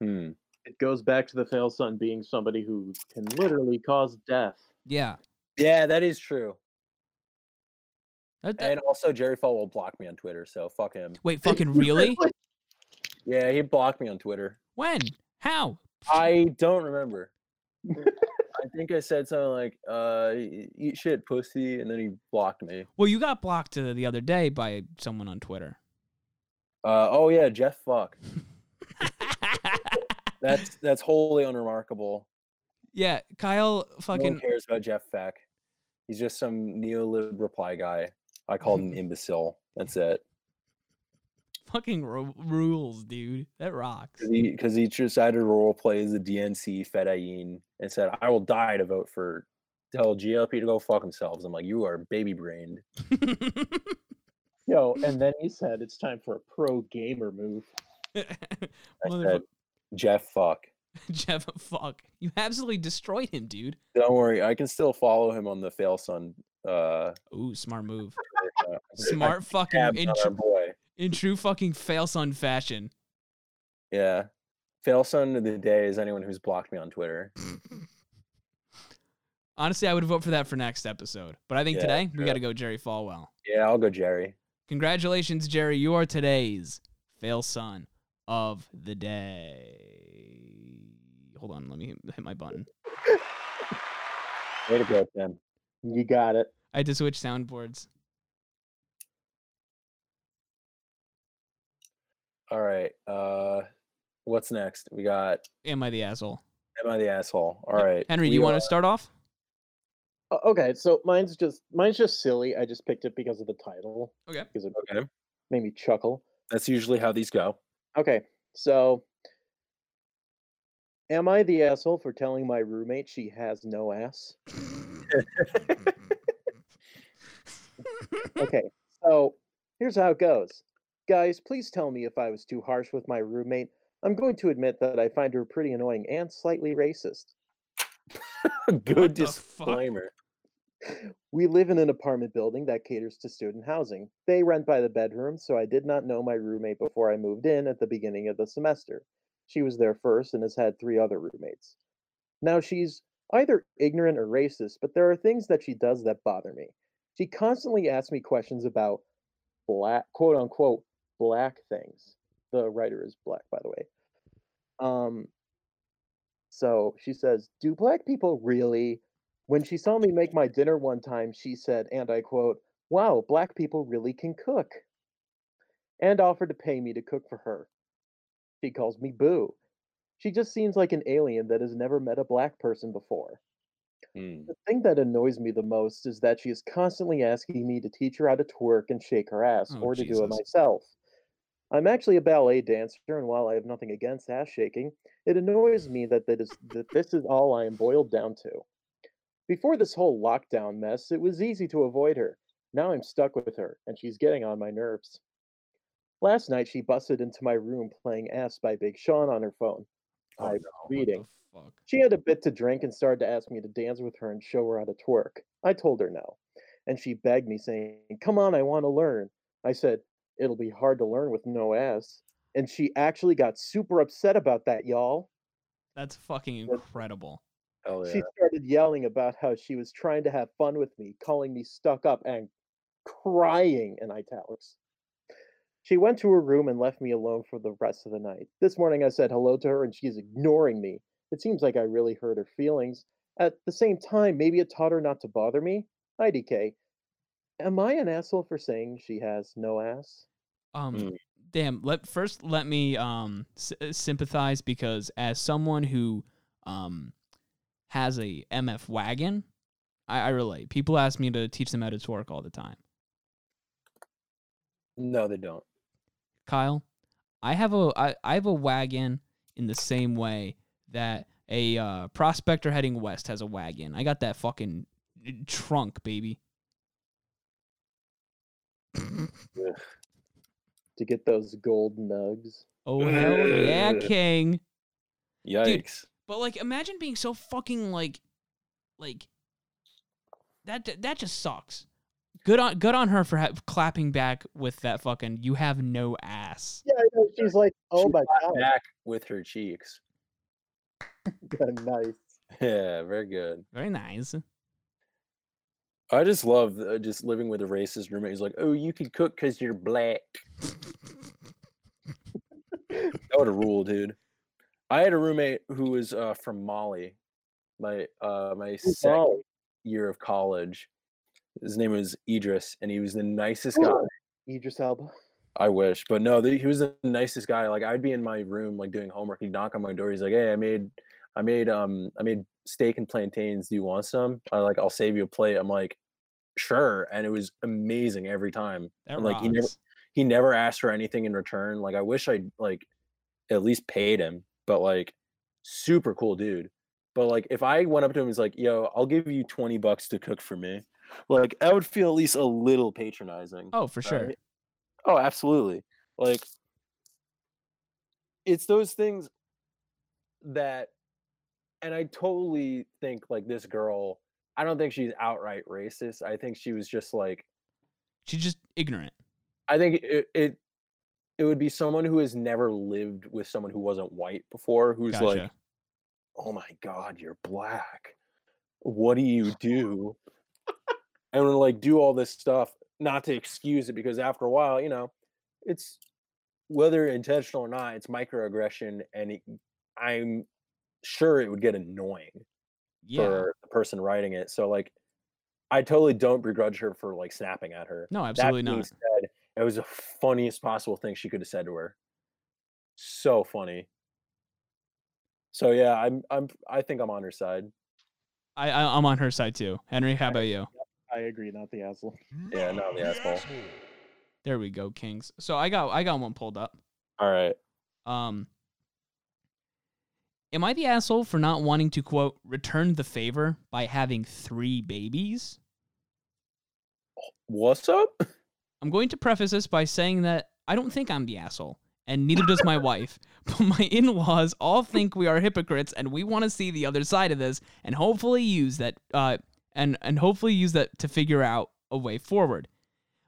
Speaker 1: Hmm.
Speaker 3: it goes back to the fail son being somebody who can literally cause death.
Speaker 2: Yeah.
Speaker 1: Yeah, that is true.
Speaker 2: That- that-
Speaker 1: And also, Jerry Falwell blocked me on Twitter, so fuck him.
Speaker 2: wait, fucking really?
Speaker 1: Yeah, he blocked me on Twitter.
Speaker 2: When? How?
Speaker 1: I don't remember. I think I said something like, uh, "E- eat shit, pussy, and then he blocked me.
Speaker 2: Well, you got blocked uh, the other day by someone on Twitter.
Speaker 1: Uh, oh yeah, Jeff fuck. That's that's wholly unremarkable.
Speaker 2: yeah,
Speaker 1: no
Speaker 2: Kyle
Speaker 1: one
Speaker 2: fucking
Speaker 1: cares about Jeff Feck. He's just some neolib reply guy. I called him imbecile. That's it.
Speaker 2: fucking ru- rules, dude. That rocks.
Speaker 1: Because he, 'cause he decided to role play as the DNC Fedayeen and said, I will die to vote for, tell GOP to go fuck themselves. I'm like, you are baby brained.
Speaker 3: Yo, and then he said it's time for a pro gamer move.
Speaker 1: I
Speaker 2: Motherfuck-
Speaker 1: said, Jeff, fuck.
Speaker 2: Jeff, fuck. You absolutely destroyed him, dude.
Speaker 1: Don't worry, I can still follow him on the Failson. Uh,
Speaker 2: Ooh, smart move.
Speaker 1: uh, I
Speaker 2: Smart fucking
Speaker 1: tab
Speaker 2: in,
Speaker 1: on our
Speaker 2: tr-
Speaker 1: boy.
Speaker 2: in true fucking fail son fashion.
Speaker 1: Yeah, Failson of the day is anyone who's blocked me on Twitter.
Speaker 2: Honestly, I would vote for that for next episode. But I think
Speaker 1: Yeah,
Speaker 2: today we
Speaker 1: yeah.
Speaker 2: got to go Jerry Falwell.
Speaker 1: Yeah, I'll go Jerry.
Speaker 2: Congratulations, Jerry. You are today's fail son of the day. Hold on, let me hit- hit my button.
Speaker 1: Way to go, Tim.
Speaker 3: You got it.
Speaker 2: I had to switch soundboards.
Speaker 1: All right. Uh, what's next? We got
Speaker 2: Am I the asshole?
Speaker 1: Am I the asshole? All right,
Speaker 2: Henry, do
Speaker 1: we
Speaker 2: you want
Speaker 1: are-
Speaker 2: to start off?
Speaker 3: O- Okay, so mine's just mine's just silly. I just picked it because of the title.
Speaker 2: Okay.
Speaker 3: Because it
Speaker 1: Okay,
Speaker 3: made me chuckle.
Speaker 1: that's usually how these go.
Speaker 3: Okay, so am I the asshole for telling my roommate she has no ass? Okay, so here's how it goes. Guys, please tell me if I was too harsh with my roommate. I'm going to admit that I find her pretty annoying and slightly racist.
Speaker 1: Good
Speaker 2: the fuck?
Speaker 1: disclaimer.
Speaker 3: We live in an apartment building that caters to student housing. They rent by the bedroom, so I did not know my roommate before I moved in at the beginning of the semester. She was there first and has had three other roommates. Now she's either ignorant or racist, but there are things that she does that bother me. She constantly asks me questions about black, quote unquote, black things. The writer is black, by the way. Um, so she says, Do black people really? When she saw me make my dinner one time, she said, and I quote, Wow, black people really can cook. And offered to pay me to cook for her. She calls me Boo. She just seems like an alien that has never met a black person before.
Speaker 1: Hmm.
Speaker 3: The thing that annoys me the most is that she is constantly asking me to teach her how to twerk and shake her ass
Speaker 2: Oh,
Speaker 3: or to do it
Speaker 2: Jesus.
Speaker 3: myself. I'm actually a ballet dancer, and while I have nothing against ass shaking, it annoys me that, that, is, that this is all I am boiled down to. Before this whole lockdown mess, it was easy to avoid her. Now I'm stuck with her, and she's getting on my nerves. Last night, she busted into my room playing Ass by Big Sean on her phone.
Speaker 1: Oh,
Speaker 3: I was
Speaker 1: no.
Speaker 2: What
Speaker 3: reading.
Speaker 2: the fuck?
Speaker 3: She had a bit to drink and started to ask me to dance with her and show her how to twerk. I told her no, and she begged me, saying, Come on, I want to learn. I said, It'll be hard to learn with no ass. And she actually got super upset about that, y'all.
Speaker 2: That's fucking incredible.
Speaker 1: Hell yeah.
Speaker 3: She started yelling about how she was trying to have fun with me, calling me stuck up and crying in italics. She went to her room and left me alone for the rest of the night. This morning I said hello to her and she's ignoring me. It seems like I really hurt her feelings. At the same time, maybe it taught her not to bother me. IDK. Am I an asshole for saying she has no ass?
Speaker 2: Um,
Speaker 1: Mm.
Speaker 2: damn. Let first let me um s- uh, sympathize because as someone who um has a MF wagon, I, I relate. People ask me to teach them how to twerk all the time.
Speaker 1: No, they don't.
Speaker 2: Kyle, I have a I, I have a wagon in the same way that a uh, prospector heading west has a wagon. I got that fucking uh, trunk, baby.
Speaker 3: To get those gold nugs.
Speaker 2: Oh hell yeah,
Speaker 1: Ugh.
Speaker 2: king.
Speaker 1: Yikes.
Speaker 2: But like, imagine being so fucking like, like that. That just sucks. Good on, good on her for ha- clapping back with that fucking. You have no ass.
Speaker 3: Yeah, I know. She's like, oh
Speaker 1: She
Speaker 3: my
Speaker 1: clapped
Speaker 3: god.
Speaker 1: Back with her cheeks.
Speaker 3: nice.
Speaker 1: Yeah, very good.
Speaker 2: Very nice.
Speaker 1: I just love uh, just living with a racist roommate who's like, "Oh, you can cook because you're black." that would a rule, dude. I had a roommate who was uh, from Mali. My uh, my second
Speaker 3: Wow.
Speaker 1: year of college. His name was Idris, and he was the nicest guy.
Speaker 3: Idris Elba.
Speaker 1: I wish, but no, the, he was the nicest guy. Like I'd be in my room, like doing homework. He'd knock on my door. He's like, "Hey, I made, I made, um, I made steak and plantains. Do you want some? I like, I'll save you a plate." I'm like, "Sure," and it was amazing every time.
Speaker 2: That
Speaker 1: And, like,
Speaker 2: rocks.
Speaker 1: he never- He never asked for anything in return. Like I wish I would like at least paid him, but like super cool dude. But like if I went up to him, he's like, "Yo, I'll give you twenty bucks to cook for me." Like I would feel at least a little patronizing.
Speaker 2: oh, for sure.
Speaker 1: Oh, absolutely. Like, it's those things that and I totally think like this girl, I don't think she's outright racist. I think she was just like
Speaker 2: She's just ignorant.
Speaker 1: I think it it, it would be someone who has never lived with someone who wasn't white before who's
Speaker 2: Gotcha.
Speaker 1: like, "Oh my god, you're black. What do you do?" and would like do all this stuff not to excuse it because after a while, you know, it's whether intentional or not, it's microaggression and it, I'm sure it would get annoying
Speaker 2: yeah.
Speaker 1: for the person writing it. So like, I totally don't begrudge her for like snapping at her.
Speaker 2: no, absolutely
Speaker 1: that being
Speaker 2: not.
Speaker 1: Said, it was the funniest possible thing she could have said to her. So funny. So yeah, I'm I'm I think I'm on her side.
Speaker 2: I, I I'm on her side too. Henry, how about you?
Speaker 3: I agree, not the asshole.
Speaker 1: Yeah, not the asshole.
Speaker 2: There we go, Kings. So I got I got one pulled up.
Speaker 1: All right.
Speaker 2: Um Am I the asshole for not wanting to quote return the favor by having 3 babies?
Speaker 1: What's up?
Speaker 2: I'm going to preface this by saying that I don't think I'm the asshole, and neither does my wife. But my in laws all think we are hypocrites, and we want to see the other side of this, and hopefully use that, uh, and and hopefully use that to figure out a way forward.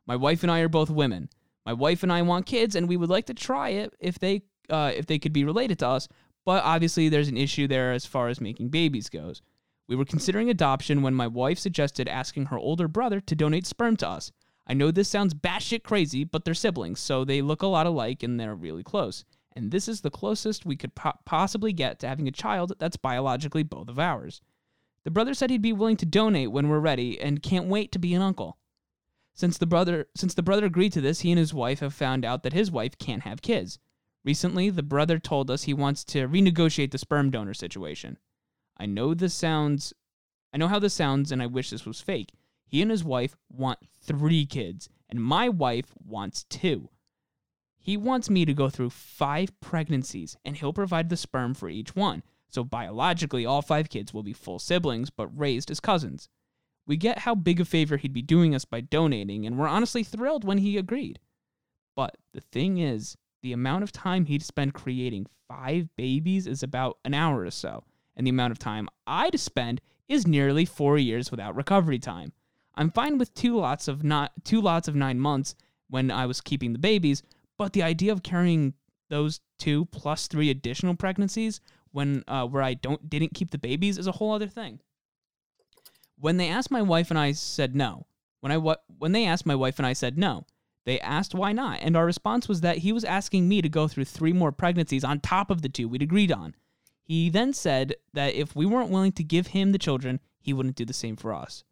Speaker 2: My wife and I are both women. My wife and I want kids, and we would like to try it if they uh, if they could be related to us. But obviously, there's an issue there as far as making babies goes. We were considering adoption when my wife suggested asking her older brother to donate sperm to us. I know this sounds batshit crazy, but they're siblings, so they look a lot alike and they're really close. And this is the closest we could po- possibly get to having a child that's biologically both of ours. The brother said he'd be willing to donate when we're ready and can't wait to be an uncle. Since the brother since the brother agreed to this, he and his wife have found out that his wife can't have kids. Recently, the brother told us he wants to renegotiate the sperm donor situation. I know this sounds I know how this sounds and I wish this was fake. He and his wife want three kids, and my wife wants two. He wants me to go through five pregnancies, and he'll provide the sperm for each one. So biologically, all five kids will be full siblings, but raised as cousins. We get how big a favor he'd be doing us by donating, and we're honestly thrilled when he agreed. But the thing is, the amount of time he'd spend creating five babies is about an hour or so, and the amount of time I'd spend is nearly four years without recovery time. I'm fine with two lots of not two lots of nine months when I was keeping the babies, but the idea of carrying those two plus three additional pregnancies when uh, where I don't didn't keep the babies is a whole other thing. When they asked my wife and I said no. When I wa- when they asked my wife and I said no. They asked why not, and our response was that he was asking me to go through three more pregnancies on top of the two we'd agreed on. He then said that if we weren't willing to give him the children, he wouldn't do the same for us.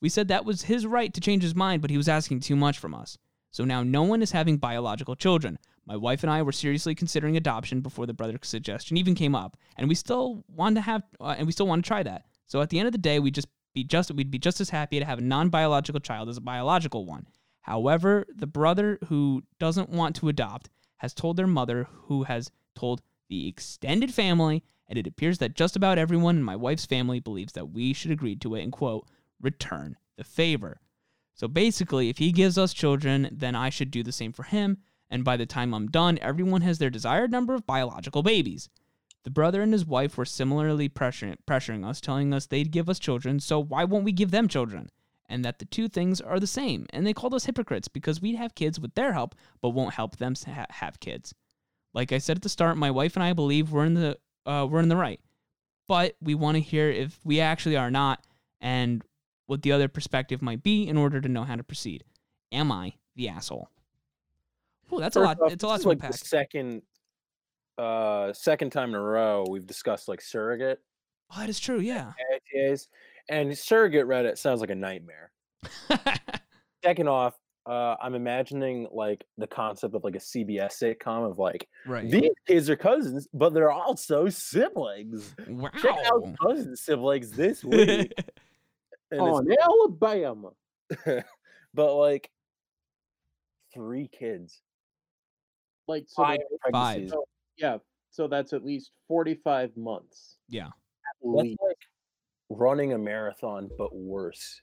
Speaker 2: We said that was his right to change his mind, but he was asking too much from us. So now no one is having biological children. My wife and I were seriously considering adoption before the brother suggestion even came up, and we still wanted to have uh, and we still want to try that. So at the end of the day, we just be just we'd be just as happy to have a non-biological child as a biological one. However, the brother who doesn't want to adopt has told their mother, who has told the extended family, and it appears that just about everyone in my wife's family believes that we should agree to it and quote return the favor. So basically, if he gives us children, then I should do the same for him. And by the time I'm done, everyone has their desired number of biological babies. The brother and his wife were similarly pressuring, pressuring us, telling us they'd give us children, so why won't we give them children? And that the two things are the same. And they called us hypocrites because we'd have kids with their help, but won't help them to ha- have kids. Like I said at the start, my wife and I believe we're in the uh, we're in the right, but we want to hear if we actually are not, and what the other perspective might be in order to know how to proceed. Am I the asshole? Ooh, that's a lot.
Speaker 1: First off,
Speaker 2: it's
Speaker 1: this
Speaker 2: a lot
Speaker 1: is,
Speaker 2: to
Speaker 1: like the
Speaker 2: unpack.
Speaker 1: second uh second time in a row we've discussed like surrogate
Speaker 2: Oh, that is true. Yeah.
Speaker 1: ITAs and surrogate Reddit sounds like a nightmare. Second off, uh, I'm imagining like the concept of like a CBS sitcom of like
Speaker 2: right.
Speaker 1: these kids are cousins, but they're also siblings. Check
Speaker 2: wow.
Speaker 1: out cousin siblings this week. and it's-
Speaker 3: On Oh, Alabama.
Speaker 1: but like three kids,
Speaker 3: Like so
Speaker 1: five
Speaker 3: that-
Speaker 1: pregnancies.
Speaker 3: So, yeah. So that's at least forty five months.
Speaker 2: Yeah.
Speaker 3: At
Speaker 1: That's
Speaker 3: least.
Speaker 1: like running a marathon, but worse.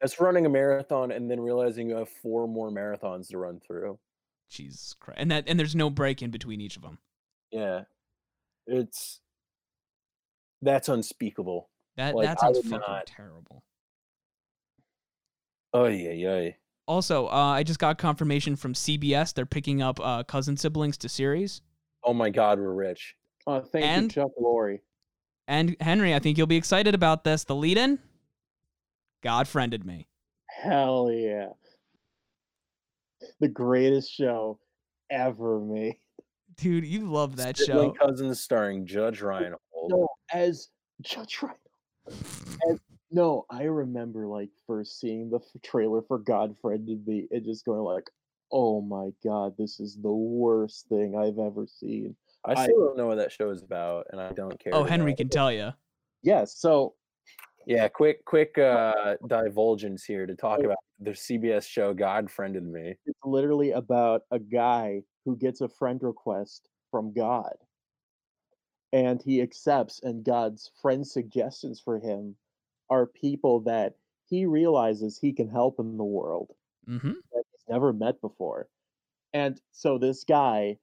Speaker 1: That's running a marathon and then realizing you have four more marathons to run through.
Speaker 2: Jesus Christ. And that and there's no break in between each of them.
Speaker 1: Yeah. It's that's unspeakable.
Speaker 2: That
Speaker 1: Like,
Speaker 2: that
Speaker 1: I
Speaker 2: sounds
Speaker 1: would
Speaker 2: fucking
Speaker 1: not-
Speaker 2: terrible.
Speaker 1: Oh yeah, yeah.
Speaker 2: Also, uh, I just got confirmation from CBS they're picking up uh, cousin siblings to series.
Speaker 1: Oh my god, we're rich.
Speaker 3: Uh, thank
Speaker 2: And-
Speaker 3: you, Chuck Lorre.
Speaker 2: And Henry, I think you'll be excited about this. The lead in God friended me.
Speaker 3: Hell yeah. The greatest show ever made.
Speaker 2: Dude, you love that
Speaker 1: Sibling
Speaker 2: show.
Speaker 1: Cousins starring Judge Reinhold.
Speaker 3: No, as Judge Reinhold. As, no, I remember like first seeing the f- trailer for Godfriend to be and just going like, "Oh my god, this is the worst thing I've ever seen."
Speaker 1: I
Speaker 3: I-
Speaker 1: still don't know what that show is about, and I don't care.
Speaker 2: Oh,
Speaker 1: to
Speaker 2: Henry
Speaker 1: know.
Speaker 2: can tell you.
Speaker 3: Yes, so
Speaker 1: Yeah, quick, quick uh divulgence here to talk
Speaker 3: Oh.
Speaker 1: about the CBS show God friended me.
Speaker 3: it's literally about a guy who gets a friend request from God. And he accepts, and God's friend suggestions for him are people that he realizes he can help in the world
Speaker 2: hmm
Speaker 3: that he's never met before. And so this guy,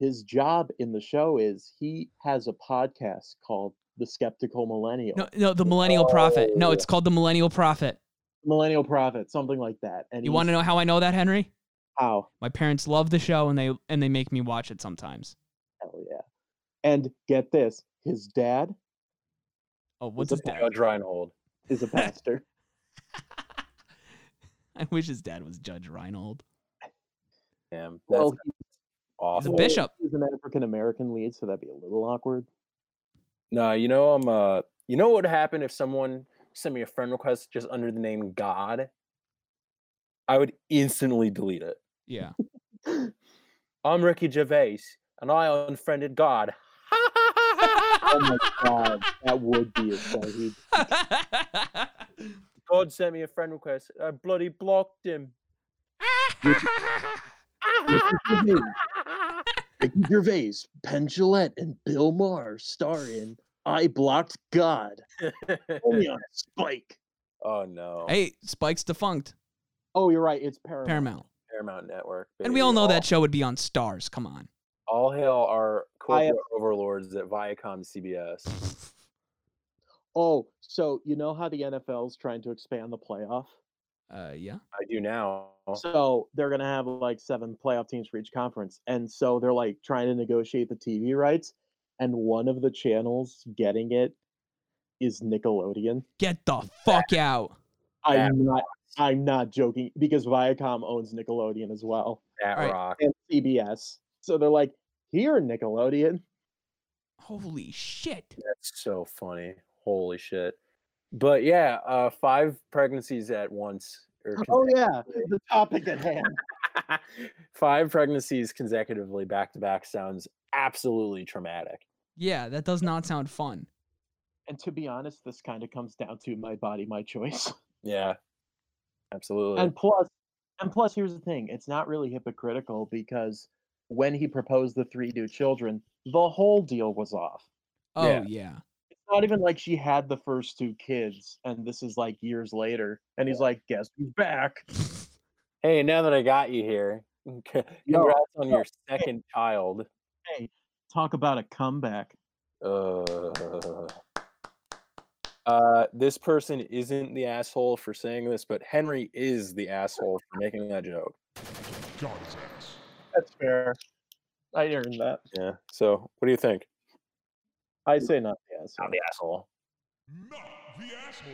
Speaker 3: his job in the show is he has a podcast called The Skeptical Millennial.
Speaker 2: No, no, the Millennial Prophet. No,
Speaker 1: Oh.
Speaker 2: it's called the Millennial Prophet.
Speaker 3: Millennial Prophet, something like that. And
Speaker 2: You want to know how I know that, Henry?
Speaker 3: how?
Speaker 2: My parents love the show and they and they make me watch it sometimes.
Speaker 3: Hell yeah. And get this, his dad
Speaker 2: Oh, what's
Speaker 3: It's
Speaker 2: his
Speaker 3: a
Speaker 2: dad?
Speaker 1: Judge Reinhold.
Speaker 3: is a pastor.
Speaker 2: I wish his dad was Judge Reinhold.
Speaker 1: Damn, that's
Speaker 3: well,
Speaker 1: awful.
Speaker 2: The bishop.
Speaker 3: He's an African American lead, so that'd be a little awkward.
Speaker 1: No, you know I'm uh you know what would happen if someone sent me a friend request just under the name God? I would instantly delete it.
Speaker 2: Yeah.
Speaker 3: Oh
Speaker 1: I'm Ricky Gervais and I unfriended God.
Speaker 3: Oh my god, that would be a show. He'd-
Speaker 1: God sent me a friend request. I bloody blocked him.
Speaker 3: Ricky Gervais- Ricky Gervais, Penn Jillette, and Bill Maher star in I Blocked God, only on Spike.
Speaker 1: oh no.
Speaker 2: hey, Spike's defunct.
Speaker 3: Oh, you're right, it's Paramount.
Speaker 2: Paramount.
Speaker 1: Paramount Network.
Speaker 2: And we
Speaker 1: baby.
Speaker 2: all know that show would be on stars. Come on.
Speaker 1: All hail our corporate
Speaker 3: have-
Speaker 1: overlords at Viacom CBS.
Speaker 3: Oh, so you know how the NFL's trying to expand the playoff?
Speaker 2: Uh, yeah.
Speaker 1: I do now.
Speaker 3: So they're gonna have like seven playoff teams for each conference, and so they're like trying to negotiate the TV rights, and one of the channels getting it is Nickelodeon.
Speaker 2: Get the fuck out.
Speaker 1: That
Speaker 3: I'm not. I'm not joking because Viacom owns Nickelodeon as well
Speaker 1: That
Speaker 2: Alright.
Speaker 1: rock.
Speaker 3: and CBS. So they're like, here Nickelodeon.
Speaker 2: Holy shit.
Speaker 1: That's so funny. Holy shit. But yeah, uh five pregnancies at once. Or
Speaker 3: Oh yeah, the topic at hand.
Speaker 1: consecutive- five pregnancies consecutively back to back sounds absolutely traumatic.
Speaker 2: Yeah, that does not sound fun.
Speaker 3: And to be honest, this kind of comes down to my body, my choice.
Speaker 1: Yeah. Absolutely.
Speaker 3: and plus and plus here's the thing it's not really hypocritical because when he proposed the three new children the whole deal was off
Speaker 2: Oh yeah.
Speaker 1: Yeah.
Speaker 3: it's not even like she had the first two kids and this is like years later and he's like guess who's back
Speaker 1: hey, now that I got you here, c- congrats on
Speaker 3: no,
Speaker 1: your second child.
Speaker 3: talk about a comeback
Speaker 1: Uh, uh, this person isn't the asshole for saying this, but Henry is the asshole for making that joke.
Speaker 4: God's ass.
Speaker 3: that's fair i earned that
Speaker 1: Yeah. So, what do you think?
Speaker 3: i say not yes
Speaker 1: I'm the asshole.
Speaker 4: Not the asshole.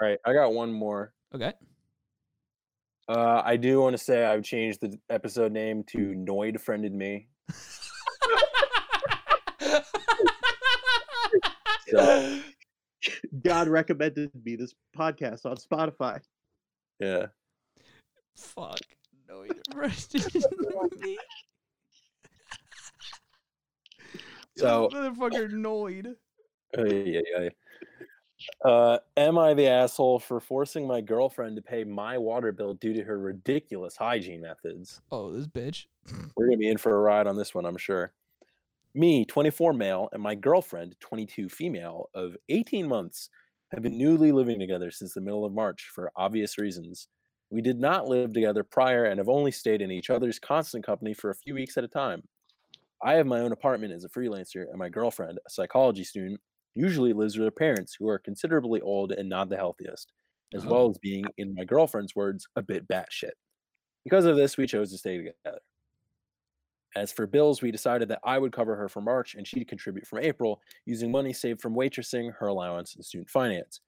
Speaker 1: All right, I got one more.
Speaker 2: Okay.
Speaker 1: Uh, I do want to say I've changed the episode name to Noid Friended Me. So,
Speaker 3: god recommended me this podcast on spotify
Speaker 1: yeah.
Speaker 2: Fuck. No, you didn't. me.
Speaker 1: So,
Speaker 2: motherfucker annoyed.
Speaker 1: ay, ay, ay. Uh, am I the asshole for forcing my girlfriend to pay my water bill due to her ridiculous hygiene methods?
Speaker 2: Oh, this bitch.
Speaker 1: We're going to be in for a ride on this one, I'm sure. Me, 24 male, and my girlfriend, 22 female, of 18 months, have been newly living together since the middle of March for obvious reasons. We did not live together prior and have only stayed in each other's constant company for a few weeks at a time. I have my own apartment as a freelancer, and my girlfriend, a psychology student, usually lives with her parents, who are considerably old and not the healthiest, as well as being, in my girlfriend's words, a bit batshit. Because of this, we chose to stay together. As for bills, we decided that I would cover her for March and she'd contribute from April using money saved from waitressing, her allowance, and student finance.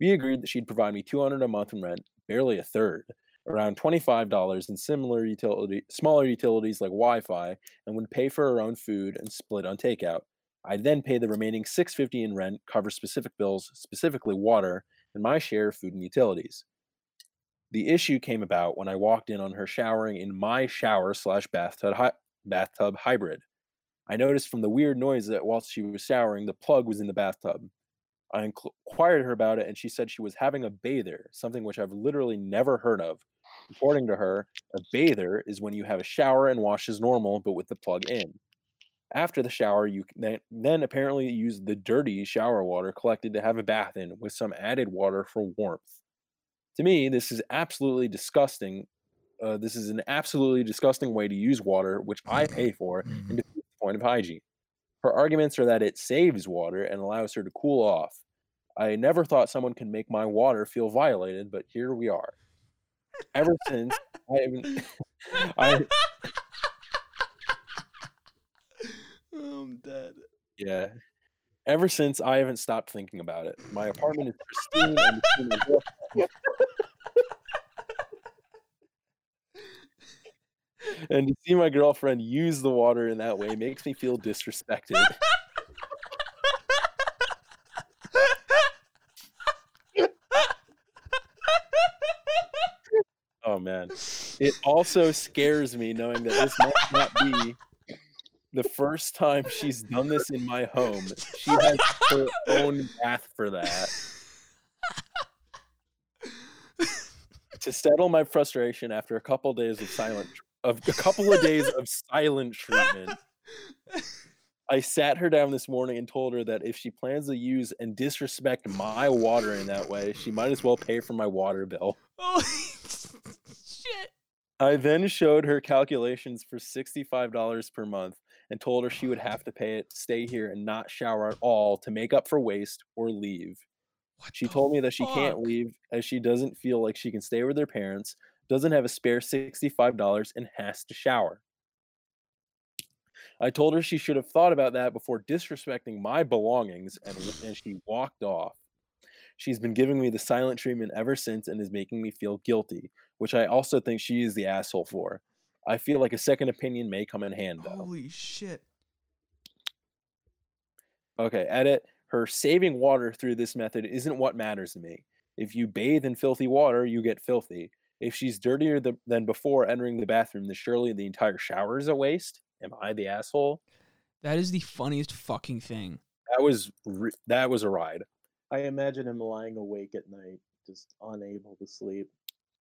Speaker 1: We agreed that she'd provide me 200 a month in rent, barely a third, around $25 in similar utility, smaller utilities like Wi-Fi, and would pay for her own food and split on takeout. I'd then pay the remaining 650 in rent, cover specific bills, specifically water, and my share of food and utilities. The issue came about when I walked in on her showering in my shower slash bathtub hy- bathtub hybrid. I noticed from the weird noise that whilst she was showering, the plug was in the bathtub. I inqu- inquired her about it, and she said she was having a bather, something which I've literally never heard of. According to her, a bather is when you have a shower and wash as normal, but with the plug in. After the shower, you c- then, then apparently use the dirty shower water collected to have a bath in with some added water for warmth. To me, this is absolutely disgusting. Uh, this is an absolutely disgusting way to use water, which I pay for, and defeats the point of hygiene. Her arguments are that it saves water and allows her to cool off. I never thought someone can make my water feel violated, but here we are. Ever since, I haven't. I-
Speaker 2: I'm dead.
Speaker 1: Yeah. Ever since, I haven't stopped thinking about it. My apartment is pristine. And the scene is rough. and to see my girlfriend use the water in that way makes me feel disrespected. oh man. It also scares me knowing that this might not be the first time she's done this in my home. She has her own bath for that. to settle my frustration after a couple days of silent of a couple of days of silent treatment. I sat her down this morning and told her that if she plans to use and disrespect my water in that way, she might as well pay for my water bill.
Speaker 2: Holy shit.
Speaker 1: I then showed her calculations for $65 per month and told her she would have to pay it, stay here, and not shower at all to make up for waste or leave.
Speaker 2: What
Speaker 1: She
Speaker 2: the
Speaker 1: told me that she can't
Speaker 2: fuck?
Speaker 1: leave as she doesn't feel like she can stay with her parents, doesn't have a spare $65, and has to shower. I told her she should have thought about that before disrespecting my belongings, and, w- and she walked off. She's been giving me the silent treatment ever since and is making me feel guilty, which I also think she is the asshole for. I feel like a second opinion may come in hand, though.
Speaker 2: Holy shit. Oh.
Speaker 1: Okay, edit. Her saving water through this method isn't what matters to me. If you bathe in filthy water, you get filthy. If she's dirtier th- than before entering the bathroom, then surely the entire shower is a waste. Am I the asshole?
Speaker 2: That is the funniest fucking thing.
Speaker 1: That was re- that was a ride.
Speaker 3: I imagine him lying awake at night, just unable to sleep.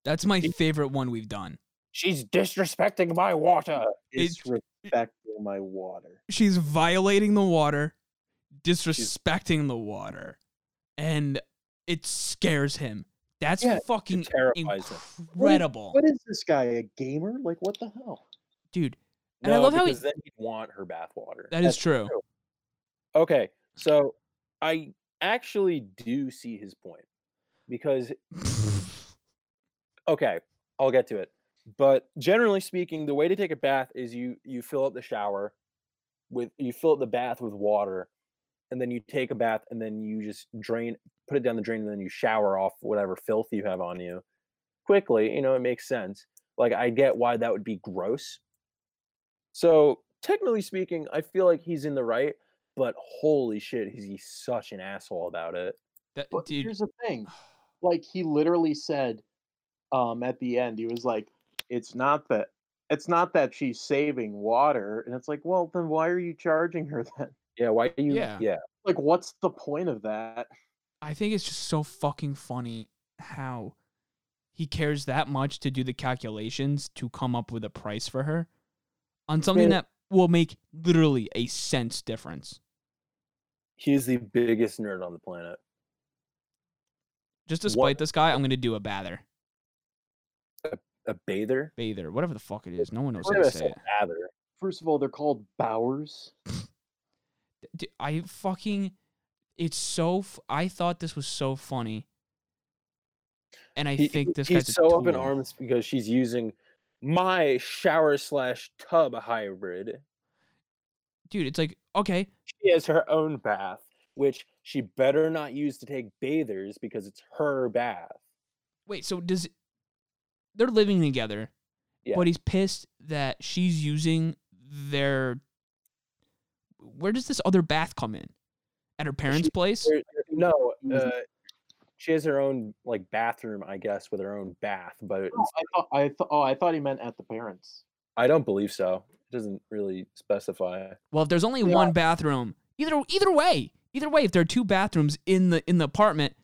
Speaker 2: That's my
Speaker 1: It-
Speaker 2: favorite one we've done.
Speaker 1: She's disrespecting my water.
Speaker 2: It's-
Speaker 3: Disrespecting my water.
Speaker 2: She's violating the water, disrespecting the water, and it scares him. That's
Speaker 1: Yeah, it
Speaker 2: fucking
Speaker 1: terrifies him.
Speaker 2: incredible.
Speaker 3: What is this guy, a gamer? Like, what the hell?
Speaker 2: Dude, And
Speaker 1: No,
Speaker 2: I love how he-
Speaker 1: because then you'd want her bath water.
Speaker 2: that is
Speaker 3: That's
Speaker 2: true.
Speaker 1: true. Okay, so I actually do see his point because okay i'll get to it but generally speaking the way to take a bath is you you fill up the shower with you fill up the bath with water and then you take a bath and then you just drain put it down the drain and then you shower off whatever filth you have on you quickly you know it makes sense like i get why that would be gross so technically speaking i feel like he's in the right but holy shit he's, he's such an asshole about it
Speaker 2: That,
Speaker 3: But
Speaker 2: dude,
Speaker 3: here's the thing. Like he literally said um at the end, he was like, It's not that it's not that she's saving water. And it's like, well then why are you charging her then?
Speaker 1: yeah why do you
Speaker 2: Yeah.
Speaker 1: yeah
Speaker 3: Like what's the point of that?
Speaker 2: I think it's just so fucking funny how he cares that much to do the calculations to come up with a price for her on something
Speaker 3: Man.
Speaker 2: that will make literally a sense difference.
Speaker 1: he's the biggest nerd on the planet
Speaker 2: Just
Speaker 1: What-
Speaker 2: despite this guy, I'm gonna do a bather.
Speaker 1: a bather.
Speaker 2: bather, whatever the fuck it is. No one knows how
Speaker 1: Whatever
Speaker 2: to
Speaker 1: I
Speaker 2: say
Speaker 1: said,
Speaker 2: it.
Speaker 1: bather.
Speaker 3: First of all, they're called Bowers.
Speaker 2: D- I fucking, it's so. F- I thought this was so funny, and I
Speaker 1: He-
Speaker 2: think this
Speaker 1: he's
Speaker 2: guy's a
Speaker 1: so up in
Speaker 2: tool.
Speaker 1: arms because she's using my shower slash tub hybrid.
Speaker 2: dude. It's like okay,
Speaker 1: She has her own bath, which she better not use to take bathers because it's her bath.
Speaker 2: wait. So does they're living together,
Speaker 1: Yeah.
Speaker 2: but he's pissed that she's using their. Where does this other bath come in? At her parents' place.
Speaker 1: There- there- no,
Speaker 3: Mhm.
Speaker 1: uh, she has her own like bathroom, I guess, with her own bath, but
Speaker 3: Oh,
Speaker 1: it's-
Speaker 3: I thought I thought oh I thought he meant at the parents.
Speaker 1: I don't believe so. It doesn't really specify.
Speaker 2: Well, if there's only
Speaker 3: Yeah.
Speaker 2: one bathroom, either either way, either way, if there are two bathrooms in the in the apartment,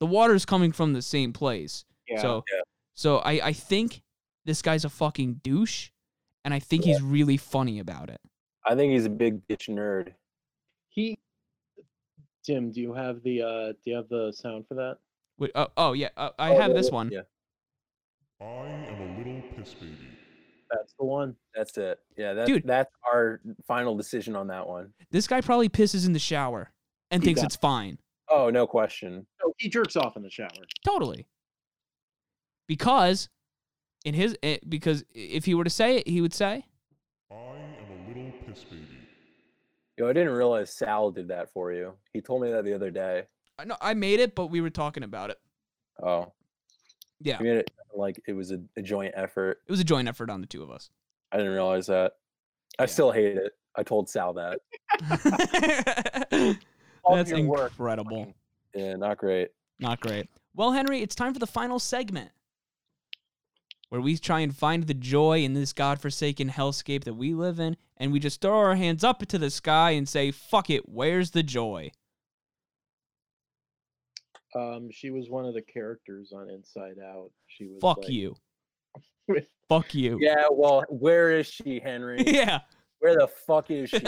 Speaker 2: the water's coming from the same place. so
Speaker 1: yeah.
Speaker 2: so I I think this guy's a fucking douche, and I think he's really funny about it.
Speaker 1: I think he's a big bitch nerd.
Speaker 3: he Tim, do you have the uh do you have the sound for that?
Speaker 2: Wait, oh, oh yeah, uh, I
Speaker 1: Oh,
Speaker 2: have
Speaker 1: yeah,
Speaker 2: this
Speaker 1: yeah,
Speaker 2: one.
Speaker 1: Yeah,
Speaker 4: I am a little piss baby.
Speaker 3: That's the one.
Speaker 1: that's it. Yeah, that,
Speaker 2: Dude.
Speaker 1: that's our final decision on that one.
Speaker 2: This guy probably pisses in the shower and
Speaker 3: He
Speaker 2: thinks
Speaker 3: does.
Speaker 2: it's fine.
Speaker 1: Oh, no question.
Speaker 3: Oh, he jerks off in the shower.
Speaker 2: Totally. Because in his eh, because if he were to say it, he would say,
Speaker 4: I am a little piss baby.
Speaker 1: Yo, I didn't realize Sal did that for you. He told me that the other day.
Speaker 2: "I- "No, I made it, but we were talking about it."
Speaker 1: Oh,
Speaker 2: Yeah.
Speaker 1: he made it like it was a, a joint effort.
Speaker 2: It was a joint effort on the two of us.
Speaker 1: I didn't realize that. I
Speaker 2: Yeah.
Speaker 1: still hate it. I told Sal that.
Speaker 3: All
Speaker 2: That's
Speaker 3: your work.
Speaker 2: incredible.
Speaker 1: Yeah, not great.
Speaker 2: Not great. Well, Henry, it's time for the final segment where we try and find the joy in this godforsaken hellscape that we live in, and we just throw our hands up to the sky and say, fuck it, where's the joy?
Speaker 3: Um she was one of the characters on Inside Out. She was
Speaker 2: Fuck
Speaker 3: like-
Speaker 2: you. Fuck you.
Speaker 1: Yeah, well, where is she, Henry?
Speaker 2: Yeah.
Speaker 1: Where the fuck is she?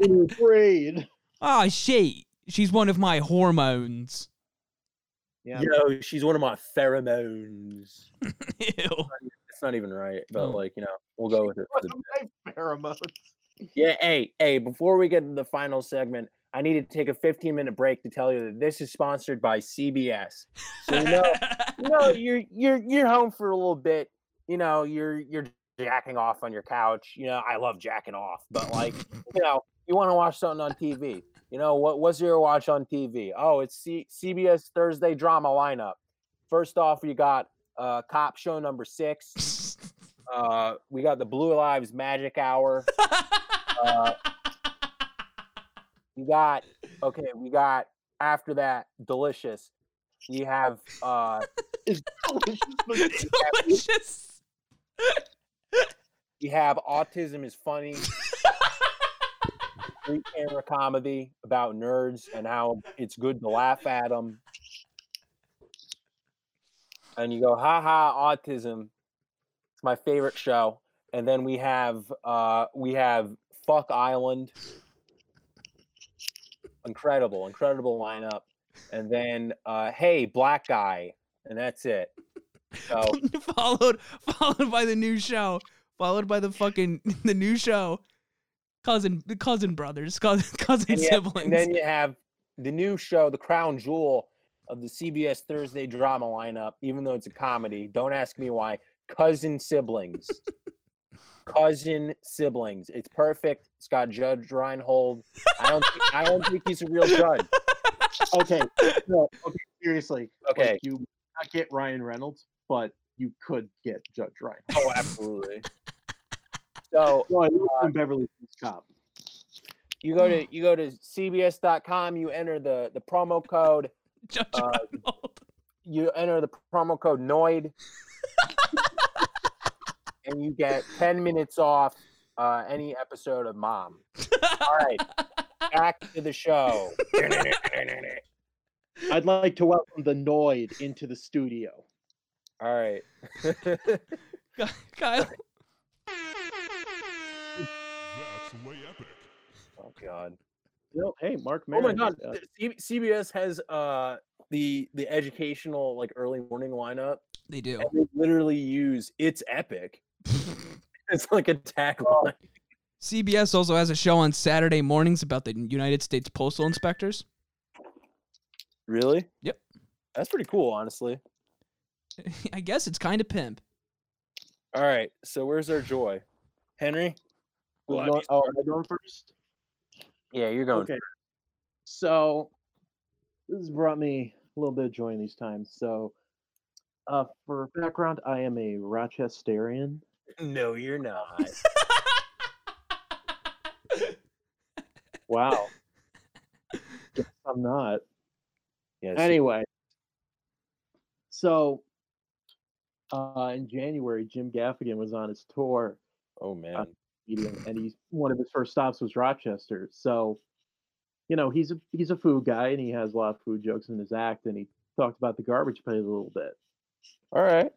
Speaker 3: You're afraid.
Speaker 2: Ah, shit. She's one of my hormones.
Speaker 3: Yeah.
Speaker 1: Yo, she's one of my pheromones.
Speaker 2: Ew.
Speaker 1: It's not even right, but
Speaker 2: Oh.
Speaker 1: like, you know, we'll go with it. for the-
Speaker 3: My pheromones.
Speaker 1: Yeah, hey, hey, before we get to the final segment, I need to take a 15 minute break to tell you that this is sponsored by CBS. So you know, you know you're you're you're home for a little bit, you know, you're you're jacking off on your couch. You know, I love jacking off, but like, you know, you want to watch something on TV. You know, what what's your watch on TV? Oh, it's C- CBS Thursday drama lineup. First off, you got uh cop show number 6. Uh we got the Blue Lives Magic Hour. Uh, we got okay. We got after that delicious. We have uh,
Speaker 3: Is delicious the
Speaker 2: Delicious.
Speaker 1: we have autism is funny. Three camera comedy about nerds and how it's good to laugh at them. And you go, ha ha, autism. It's my favorite show. And then we have uh, we have Fuck Island. Incredible, incredible lineup. And then uh, hey, black guy, and that's it. So
Speaker 2: followed followed by the new show, followed by the fucking the new show, cousin the cousin brothers, cousin cousin
Speaker 1: and, you have-
Speaker 2: siblings.
Speaker 1: and then you have the new show, the crown jewel of the CBS Thursday drama lineup, even though it's a comedy. Don't ask me why. Cousin siblings. Cousin siblings. It's perfect. It's got Judge Reinhold. I don't. Think, I don't think he's a real judge.
Speaker 3: Okay. No, okay, seriously. like,
Speaker 1: Okay.
Speaker 3: you might not get Ryan Reynolds, but you could get Judge Ryan.
Speaker 1: Oh, absolutely. So
Speaker 3: No, I looked in Beverly Hills Cop.
Speaker 1: you go to you go to CBS.com. You enter the the promo code.
Speaker 2: Judge
Speaker 1: uh,
Speaker 2: Reinhold.
Speaker 1: you enter the promo code Noid, and you get ten minutes off uh, any episode of Mom. All right, back to the show.
Speaker 3: I'd like to welcome the Noid into the studio.
Speaker 1: All right,
Speaker 2: Ky- Kyle,
Speaker 4: That's way epic.
Speaker 1: oh god,
Speaker 3: No, hey, Mark
Speaker 1: oh my
Speaker 3: Maron,
Speaker 1: god,
Speaker 3: uh,
Speaker 1: C- CBS has uh the the educational like early morning lineup.
Speaker 2: They do.
Speaker 1: And they literally use "It's epic." it's like a tagline.
Speaker 2: CBS also has a show on Saturday mornings about the United States postal inspectors.
Speaker 1: Really?
Speaker 2: Yep.
Speaker 1: That's pretty cool, honestly.
Speaker 2: I guess it's kind of pimp.
Speaker 1: All right. So where's our joy, Henry?
Speaker 3: Who's
Speaker 1: Well, I
Speaker 3: going-
Speaker 1: mean,
Speaker 3: oh, am I going first?
Speaker 1: yeah, you're going.
Speaker 3: Okay. So this has brought me a little bit of joy in these times. So uh, for background, I am a Rochesterian.
Speaker 1: No, you're not.
Speaker 3: Wow. Guess I'm not.
Speaker 1: yes.
Speaker 3: Anyway. So uh, in January, Jim Gaffigan was on his tour
Speaker 1: Oh man.
Speaker 3: medium, and he's one of his first stops was Rochester. So, you know, he's a he's a food guy and he has a lot of food jokes in his act, and he talked about the garbage plate a little bit,
Speaker 1: All right.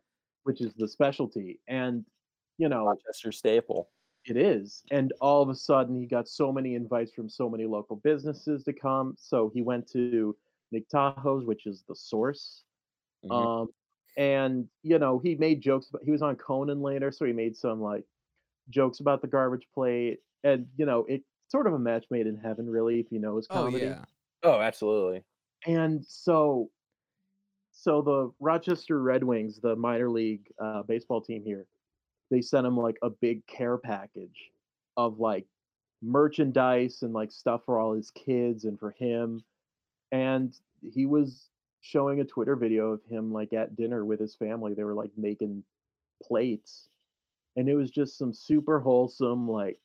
Speaker 3: which is the specialty. And you know,
Speaker 1: Rochester staple.
Speaker 3: it is. And all of a sudden, he got so many invites from so many local businesses to come. So he went to Nick Tahoe's, which is the source.
Speaker 2: Mm-hmm.
Speaker 1: Mhm.
Speaker 3: Um, and you know, he made jokes. But he was on Conan later, so he made some like jokes about the garbage plate, and you know, it sort of a match made in heaven, really, if you know his
Speaker 2: Oh
Speaker 3: comedy.
Speaker 2: yeah.
Speaker 1: Oh, absolutely.
Speaker 3: And so, so the Rochester Red Wings, the minor league uh, baseball team here, they sent him like a big care package of like merchandise and like stuff for all his kids and for him. And he was showing a Twitter video of him like at dinner with his family. They were like making plates. And it was just some super wholesome, like,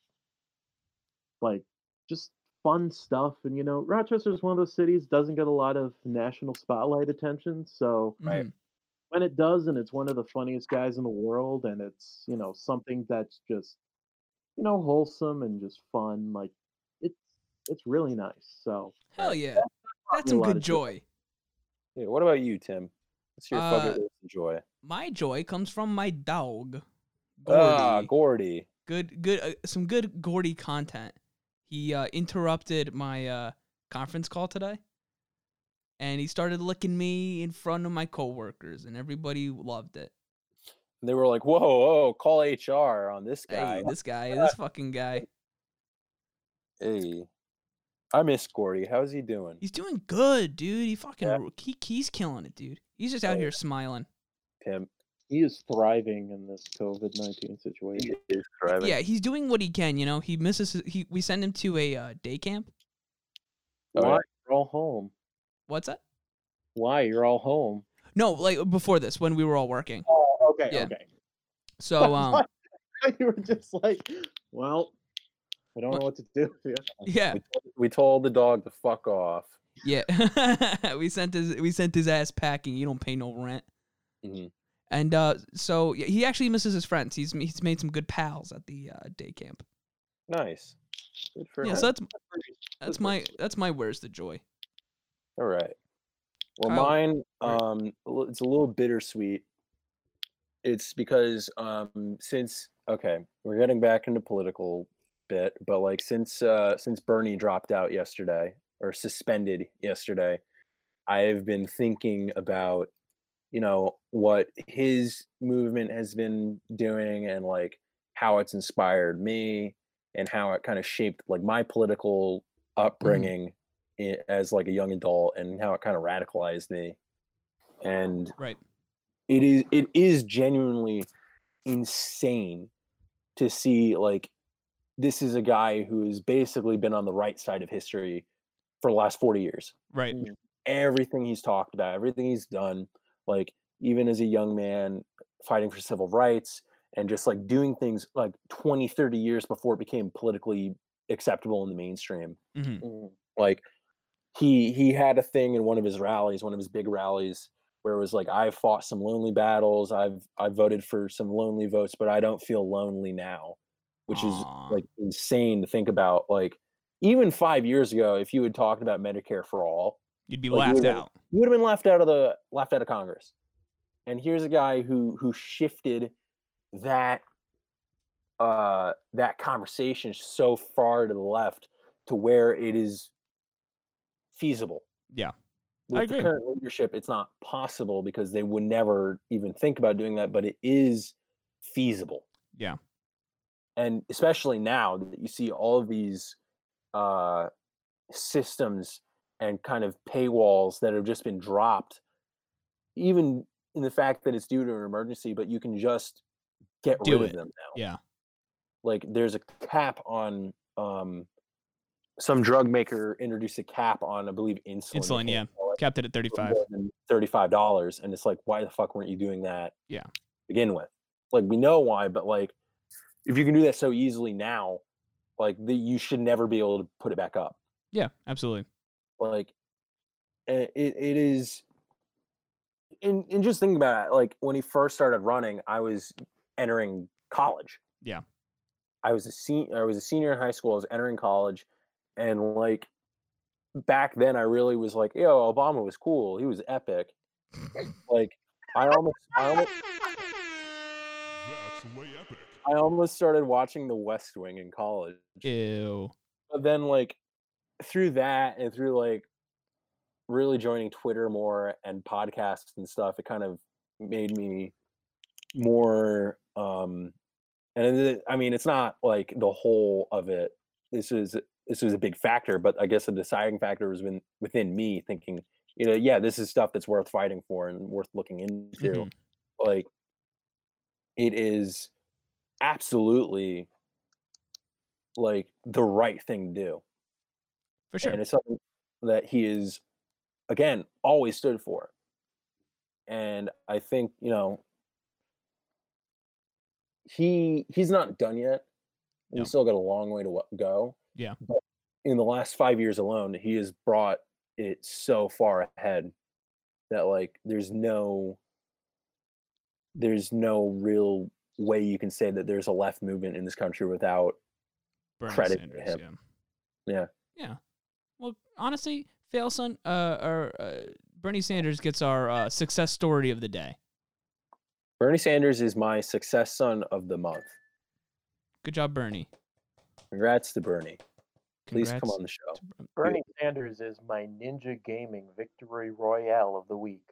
Speaker 3: like just fun stuff. And you know, Rochester's one of those cities doesn't get a lot of national spotlight attention. So
Speaker 1: Right.
Speaker 2: Mhm.
Speaker 3: when it does, and it's one of the funniest guys in the world, and it's you know something that's just you know wholesome and just fun. Like it's it's really nice. So
Speaker 2: Hell yeah.
Speaker 3: me
Speaker 2: That's
Speaker 3: a
Speaker 2: some
Speaker 3: lot
Speaker 2: good
Speaker 3: of joy.
Speaker 2: joy.
Speaker 1: Yeah, what about you, Tim? What's your
Speaker 2: Uh,
Speaker 1: favorite joy?
Speaker 2: My joy comes from my dog.
Speaker 1: Ah,
Speaker 2: Gordy.
Speaker 1: Gordy.
Speaker 2: good good uh, some good Gordy content. He uh, interrupted my uh, conference call today, and he started licking me in front of my coworkers, and everybody loved it.
Speaker 1: And they were like, "Whoa, whoa, call HR on this guy."
Speaker 2: Hey, this guy, this fucking guy,
Speaker 1: Hey, I miss Gordy. How's he doing?
Speaker 2: he's doing good, dude. He fucking
Speaker 1: Yeah.
Speaker 2: ru- he, he's killing it, dude. He's just out
Speaker 1: Oh,
Speaker 2: here smiling.
Speaker 1: Pimp.
Speaker 3: he is thriving in this COVID nineteen situation.
Speaker 1: is thriving.
Speaker 2: Yeah, he's doing what he can. You know, he misses. his- He we send him to a uh, day camp.
Speaker 1: Oh, yeah.
Speaker 3: Why you're all home?
Speaker 2: What's that?
Speaker 3: Why you're all home?
Speaker 2: No, like before this, when we were all working.
Speaker 3: Oh, okay,
Speaker 2: Yeah.
Speaker 3: okay.
Speaker 2: So um,
Speaker 3: you were just like, well, I don't
Speaker 2: Well-
Speaker 3: know what to do. Yeah.
Speaker 2: yeah,
Speaker 1: We, told- we told the dog to fuck off.
Speaker 2: Yeah, we sent his we sent his ass packing. You don't pay no rent.
Speaker 1: Mhm.
Speaker 2: And uh, so yeah, he actually misses his friends. He's he's made some good pals at the uh, day camp.
Speaker 1: Nice. Good for
Speaker 2: Yeah,
Speaker 1: him.
Speaker 2: so that's
Speaker 3: That's
Speaker 2: that's my
Speaker 3: nice.
Speaker 2: that's my where's the joy.
Speaker 1: All right. Well,
Speaker 2: Oh,
Speaker 1: mine
Speaker 2: right.
Speaker 1: um l- it's a little bittersweet. It's because um since okay, we're getting back into political bit, but like since uh since Bernie dropped out yesterday or suspended yesterday, I've been thinking about you know what his movement has been doing and like how it's inspired me and how it kind of shaped like my political upbringing i- as like a young adult and how it kind of radicalized me and
Speaker 2: Right.
Speaker 1: it is it is genuinely insane to see like this is a guy who's basically been on the right side of history for the last 40 years
Speaker 2: Right.
Speaker 1: everything he's talked about, everything he's done, like even as a young man fighting for civil rights and just like doing things like 20, 30 years before it became politically acceptable in the mainstream.
Speaker 2: hmm
Speaker 3: Mm.
Speaker 1: Like he he had a thing in one of his rallies, one of his big rallies where it was like I've fought some lonely battles, I've I voted for some lonely votes, but I don't feel lonely now, which is
Speaker 2: Aw.
Speaker 1: like insane to think about like even 5 years ago if you had talked about Medicare for all
Speaker 2: You'd be
Speaker 1: Like, we
Speaker 2: laughed
Speaker 1: were-
Speaker 2: out.
Speaker 1: he would have been left out of the left out of Congress. And here's a guy who who shifted that uh that conversation so far to the left to where it is feasible.
Speaker 2: Yeah.
Speaker 1: with
Speaker 2: agree.
Speaker 1: the current leadership, it's not possible because they would never even think about doing that, but it is feasible.
Speaker 2: Yeah.
Speaker 1: And especially now that you see all of these uh, systems and kind of paywalls that have just been dropped, even in the fact that it's due to an emergency, but you can just get
Speaker 2: Do
Speaker 1: rid of
Speaker 2: it.
Speaker 1: them now.
Speaker 2: Yeah.
Speaker 1: Like there's a cap on um, some drug maker introduced a cap on, I believe, insulin. they
Speaker 2: Insulin,
Speaker 1: can't
Speaker 2: yeah.
Speaker 1: sell it
Speaker 2: Capped it at
Speaker 1: for
Speaker 2: 35.
Speaker 1: more than thirty-five dollars, and it's like, why the fuck weren't you doing that?
Speaker 2: Yeah.
Speaker 1: to begin with, like we know why, but like if you can do that so easily now, like the, you should never be able to put it back up.
Speaker 2: Yeah, absolutely.
Speaker 1: Like eh, it, it is. And and just think about it. Like when he first started running, I was entering college.
Speaker 2: Yeah.
Speaker 1: I was a senior. I was a senior in high school. I was entering college, and like back then, I really was like, "Yo, Obama was cool. He was epic." like I almost, I almost,
Speaker 4: That's way epic.
Speaker 1: I almost started watching The West Wing in college.
Speaker 2: Ew.
Speaker 1: But then, like through that and through like really joining Twitter more and podcasts and stuff, it kind of made me more. um And then, I mean, it's not like the whole of it. This is this was a big factor, but I guess the deciding factor was when, within me thinking, you know, yeah, this is stuff that's worth fighting for and worth looking into
Speaker 2: Mhm.
Speaker 1: like it is absolutely like the right thing to do
Speaker 2: For sure.
Speaker 1: and it's something that he is again always stood for and i think you know he he's not done yet we
Speaker 2: No.
Speaker 1: still got a long way to wa- go
Speaker 2: Yeah.
Speaker 1: but in the last five years alone he has brought it so far ahead that like there's no there's no real way you can say that there's a left movement in this country without
Speaker 2: Bernie
Speaker 1: credit to
Speaker 2: Sanders,
Speaker 1: Yeah.
Speaker 2: Yeah. Yeah. Well, honestly, fail son. Uh, or uh, Bernie Sanders gets our uh, success story of the day.
Speaker 1: bernie sanders is my success son of the month
Speaker 2: Good job, Bernie.
Speaker 1: Congrats to Bernie. Please come
Speaker 2: Congrats
Speaker 1: on the show.
Speaker 2: to Bern-
Speaker 3: Bernie Sanders is my Ninja Gaming Victory Royale of the week.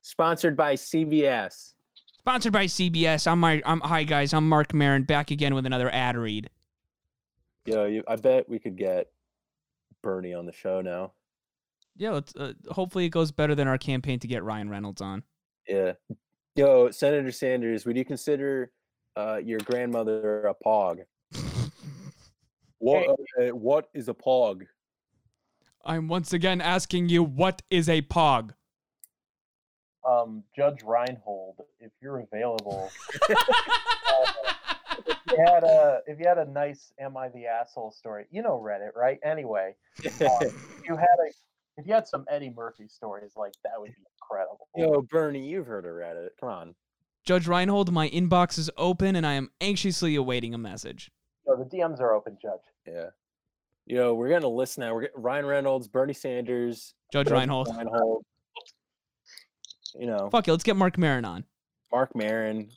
Speaker 1: Sponsored by CVS.
Speaker 2: Sponsored by CBS. I'm my. I'm hi guys. I'm Mark Marin back again with another ad read.
Speaker 1: Yo, you, I bet we could get Bernie on the show now.
Speaker 2: Yeah. Let's. Uh, hopefully, it goes better than our campaign to get Ryan Reynolds on.
Speaker 1: Yeah. Yo, Senator Sanders, would you consider uh, your grandmother a pog? What uh, What is a pog?
Speaker 2: I'm once again asking you, what is a pog?
Speaker 3: Um, Judge Reinhold, if you're available, uh, if you had a if you had a nice "Am I the asshole?" story, you know Reddit, right? Anyway, um, if you had a if you had some Eddie Murphy stories like that would be incredible.
Speaker 1: Yo, Bernie, you've heard of Reddit. Come on.
Speaker 2: Judge Reinhold, my inbox is open and I am anxiously awaiting a message.
Speaker 3: So the DMs are open, Judge.
Speaker 1: Yeah. Yo, we're getting a list now. We're getting Ryan Reynolds, Bernie Sanders,
Speaker 2: Judge
Speaker 1: Judge
Speaker 2: Reinhold.
Speaker 1: Reinhold. You know,
Speaker 2: Fuck it, let's get Mark Maron on.
Speaker 1: Mark Marin.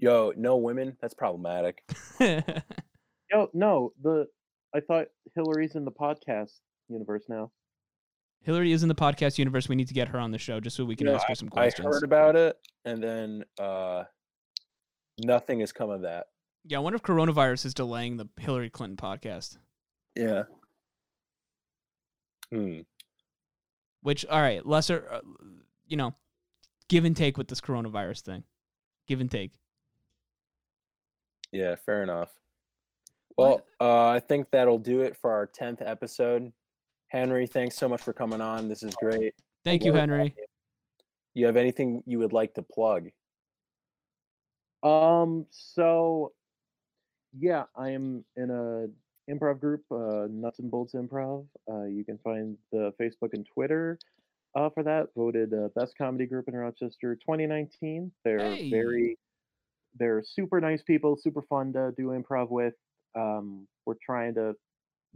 Speaker 1: Yo, no women. That's problematic.
Speaker 3: Yo, no, the I thought Hillary's in the podcast universe now.
Speaker 2: Hillary is in the podcast universe. We need to get her on the show just so we can
Speaker 1: No,
Speaker 2: ask her some
Speaker 1: I
Speaker 2: questions.
Speaker 1: heard about it, and then uh, nothing has come of that.
Speaker 2: yeah, I wonder if coronavirus is delaying the Hillary Clinton podcast.
Speaker 1: Yeah. Hmm.
Speaker 2: Which, all right, lesser, uh, you know, give and take with this coronavirus thing. Give and take.
Speaker 1: Yeah. Fair enough. Well,
Speaker 2: What-
Speaker 1: uh, I think that'll do it for our tenth episode. Henry, thanks so much for coming on. This is great.
Speaker 2: Thank you,
Speaker 1: Love
Speaker 2: Henry.
Speaker 1: having You You have anything you would like to plug?
Speaker 3: Um, so yeah, I am in a improv group, uh, Nuts and Bolts Improv. Uh, you can find the Facebook and Twitter uh, for that. Voted uh, best comedy group in Rochester 2019. They're
Speaker 2: Hey.
Speaker 3: very, they're super nice people, super fun to do improv with. Um, we're trying to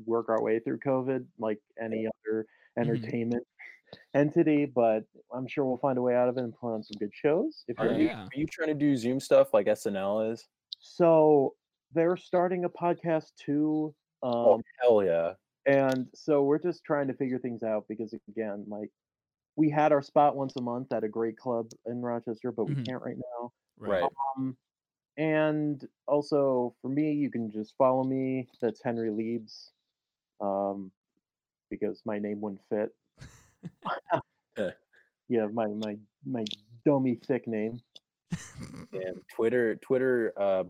Speaker 3: work our way through COVID, like any other
Speaker 1: Mm-hmm.
Speaker 3: entertainment entity, but I'm sure we'll find a way out of it and put on some good shows. If
Speaker 1: Are
Speaker 3: you're
Speaker 1: you
Speaker 2: Yeah.
Speaker 1: are you trying to do Zoom stuff like SNL is?
Speaker 3: so they're starting a podcast too. Um,
Speaker 1: oh hell yeah!
Speaker 3: And so we're just trying to figure things out because again, like we had our spot once a month at a great club in Rochester, but we
Speaker 2: Mhm.
Speaker 3: can't right now.
Speaker 1: Right.
Speaker 3: Um, and also for me, you can just follow me. That's Henry Leibs, um, because my name wouldn't fit.
Speaker 1: Yeah.
Speaker 3: yeah, my my my dummy thick name.
Speaker 1: And Twitter Twitter uh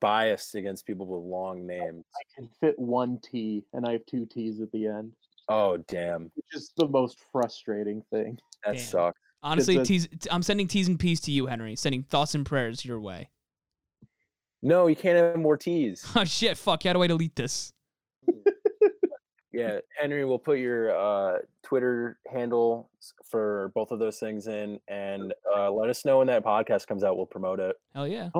Speaker 1: biased against people with long names.
Speaker 3: I can fit one T, and I have two T's at the end,
Speaker 1: Oh damn.
Speaker 3: which is the most frustrating thing.
Speaker 1: That
Speaker 2: Damn.
Speaker 1: sucks.
Speaker 2: Honestly,
Speaker 3: the-
Speaker 2: teas, t- I'm sending teas and peas to you, Henry. Sending thoughts and prayers your way.
Speaker 1: No, you can't have more T's.
Speaker 2: Oh shit! Fuck! How do I delete this?
Speaker 1: Yeah, Henry, we'll put your uh, Twitter handle s- for both of those things in, and uh, let us know when that podcast comes out. We'll promote it.
Speaker 2: Hell yeah!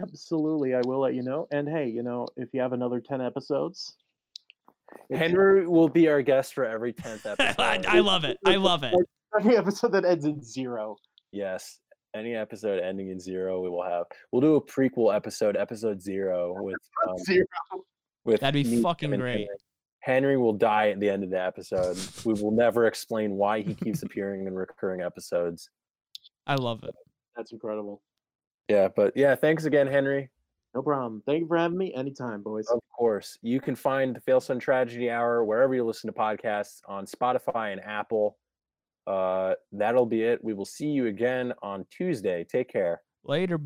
Speaker 3: Absolutely, I will let you know. And hey, you know, if you have another ten episodes, it's
Speaker 1: Henry will be our guest for every tenth episode.
Speaker 2: I, I love it. I love it.
Speaker 3: every episode that ends in zero.
Speaker 1: yes, any episode ending in zero, we will have. We'll do a prequel episode, episode zero, with um,
Speaker 3: Zero.
Speaker 1: with
Speaker 2: That'd be
Speaker 1: me, Tim,
Speaker 2: fucking
Speaker 1: and
Speaker 2: great.
Speaker 1: Henry. Henry will die at the end of the episode. we will never explain why he keeps appearing in recurring episodes.
Speaker 2: I love it.
Speaker 3: That's incredible.
Speaker 1: Yeah, but yeah, thanks again, Henry.
Speaker 3: No problem. Thank you for having me. Anytime, boys.
Speaker 1: Of course. You can find the Fail Sun Tragedy Hour wherever you listen to podcasts on Spotify and Apple. Uh, that'll be it. We will see you again on Tuesday. Take care.
Speaker 2: Later.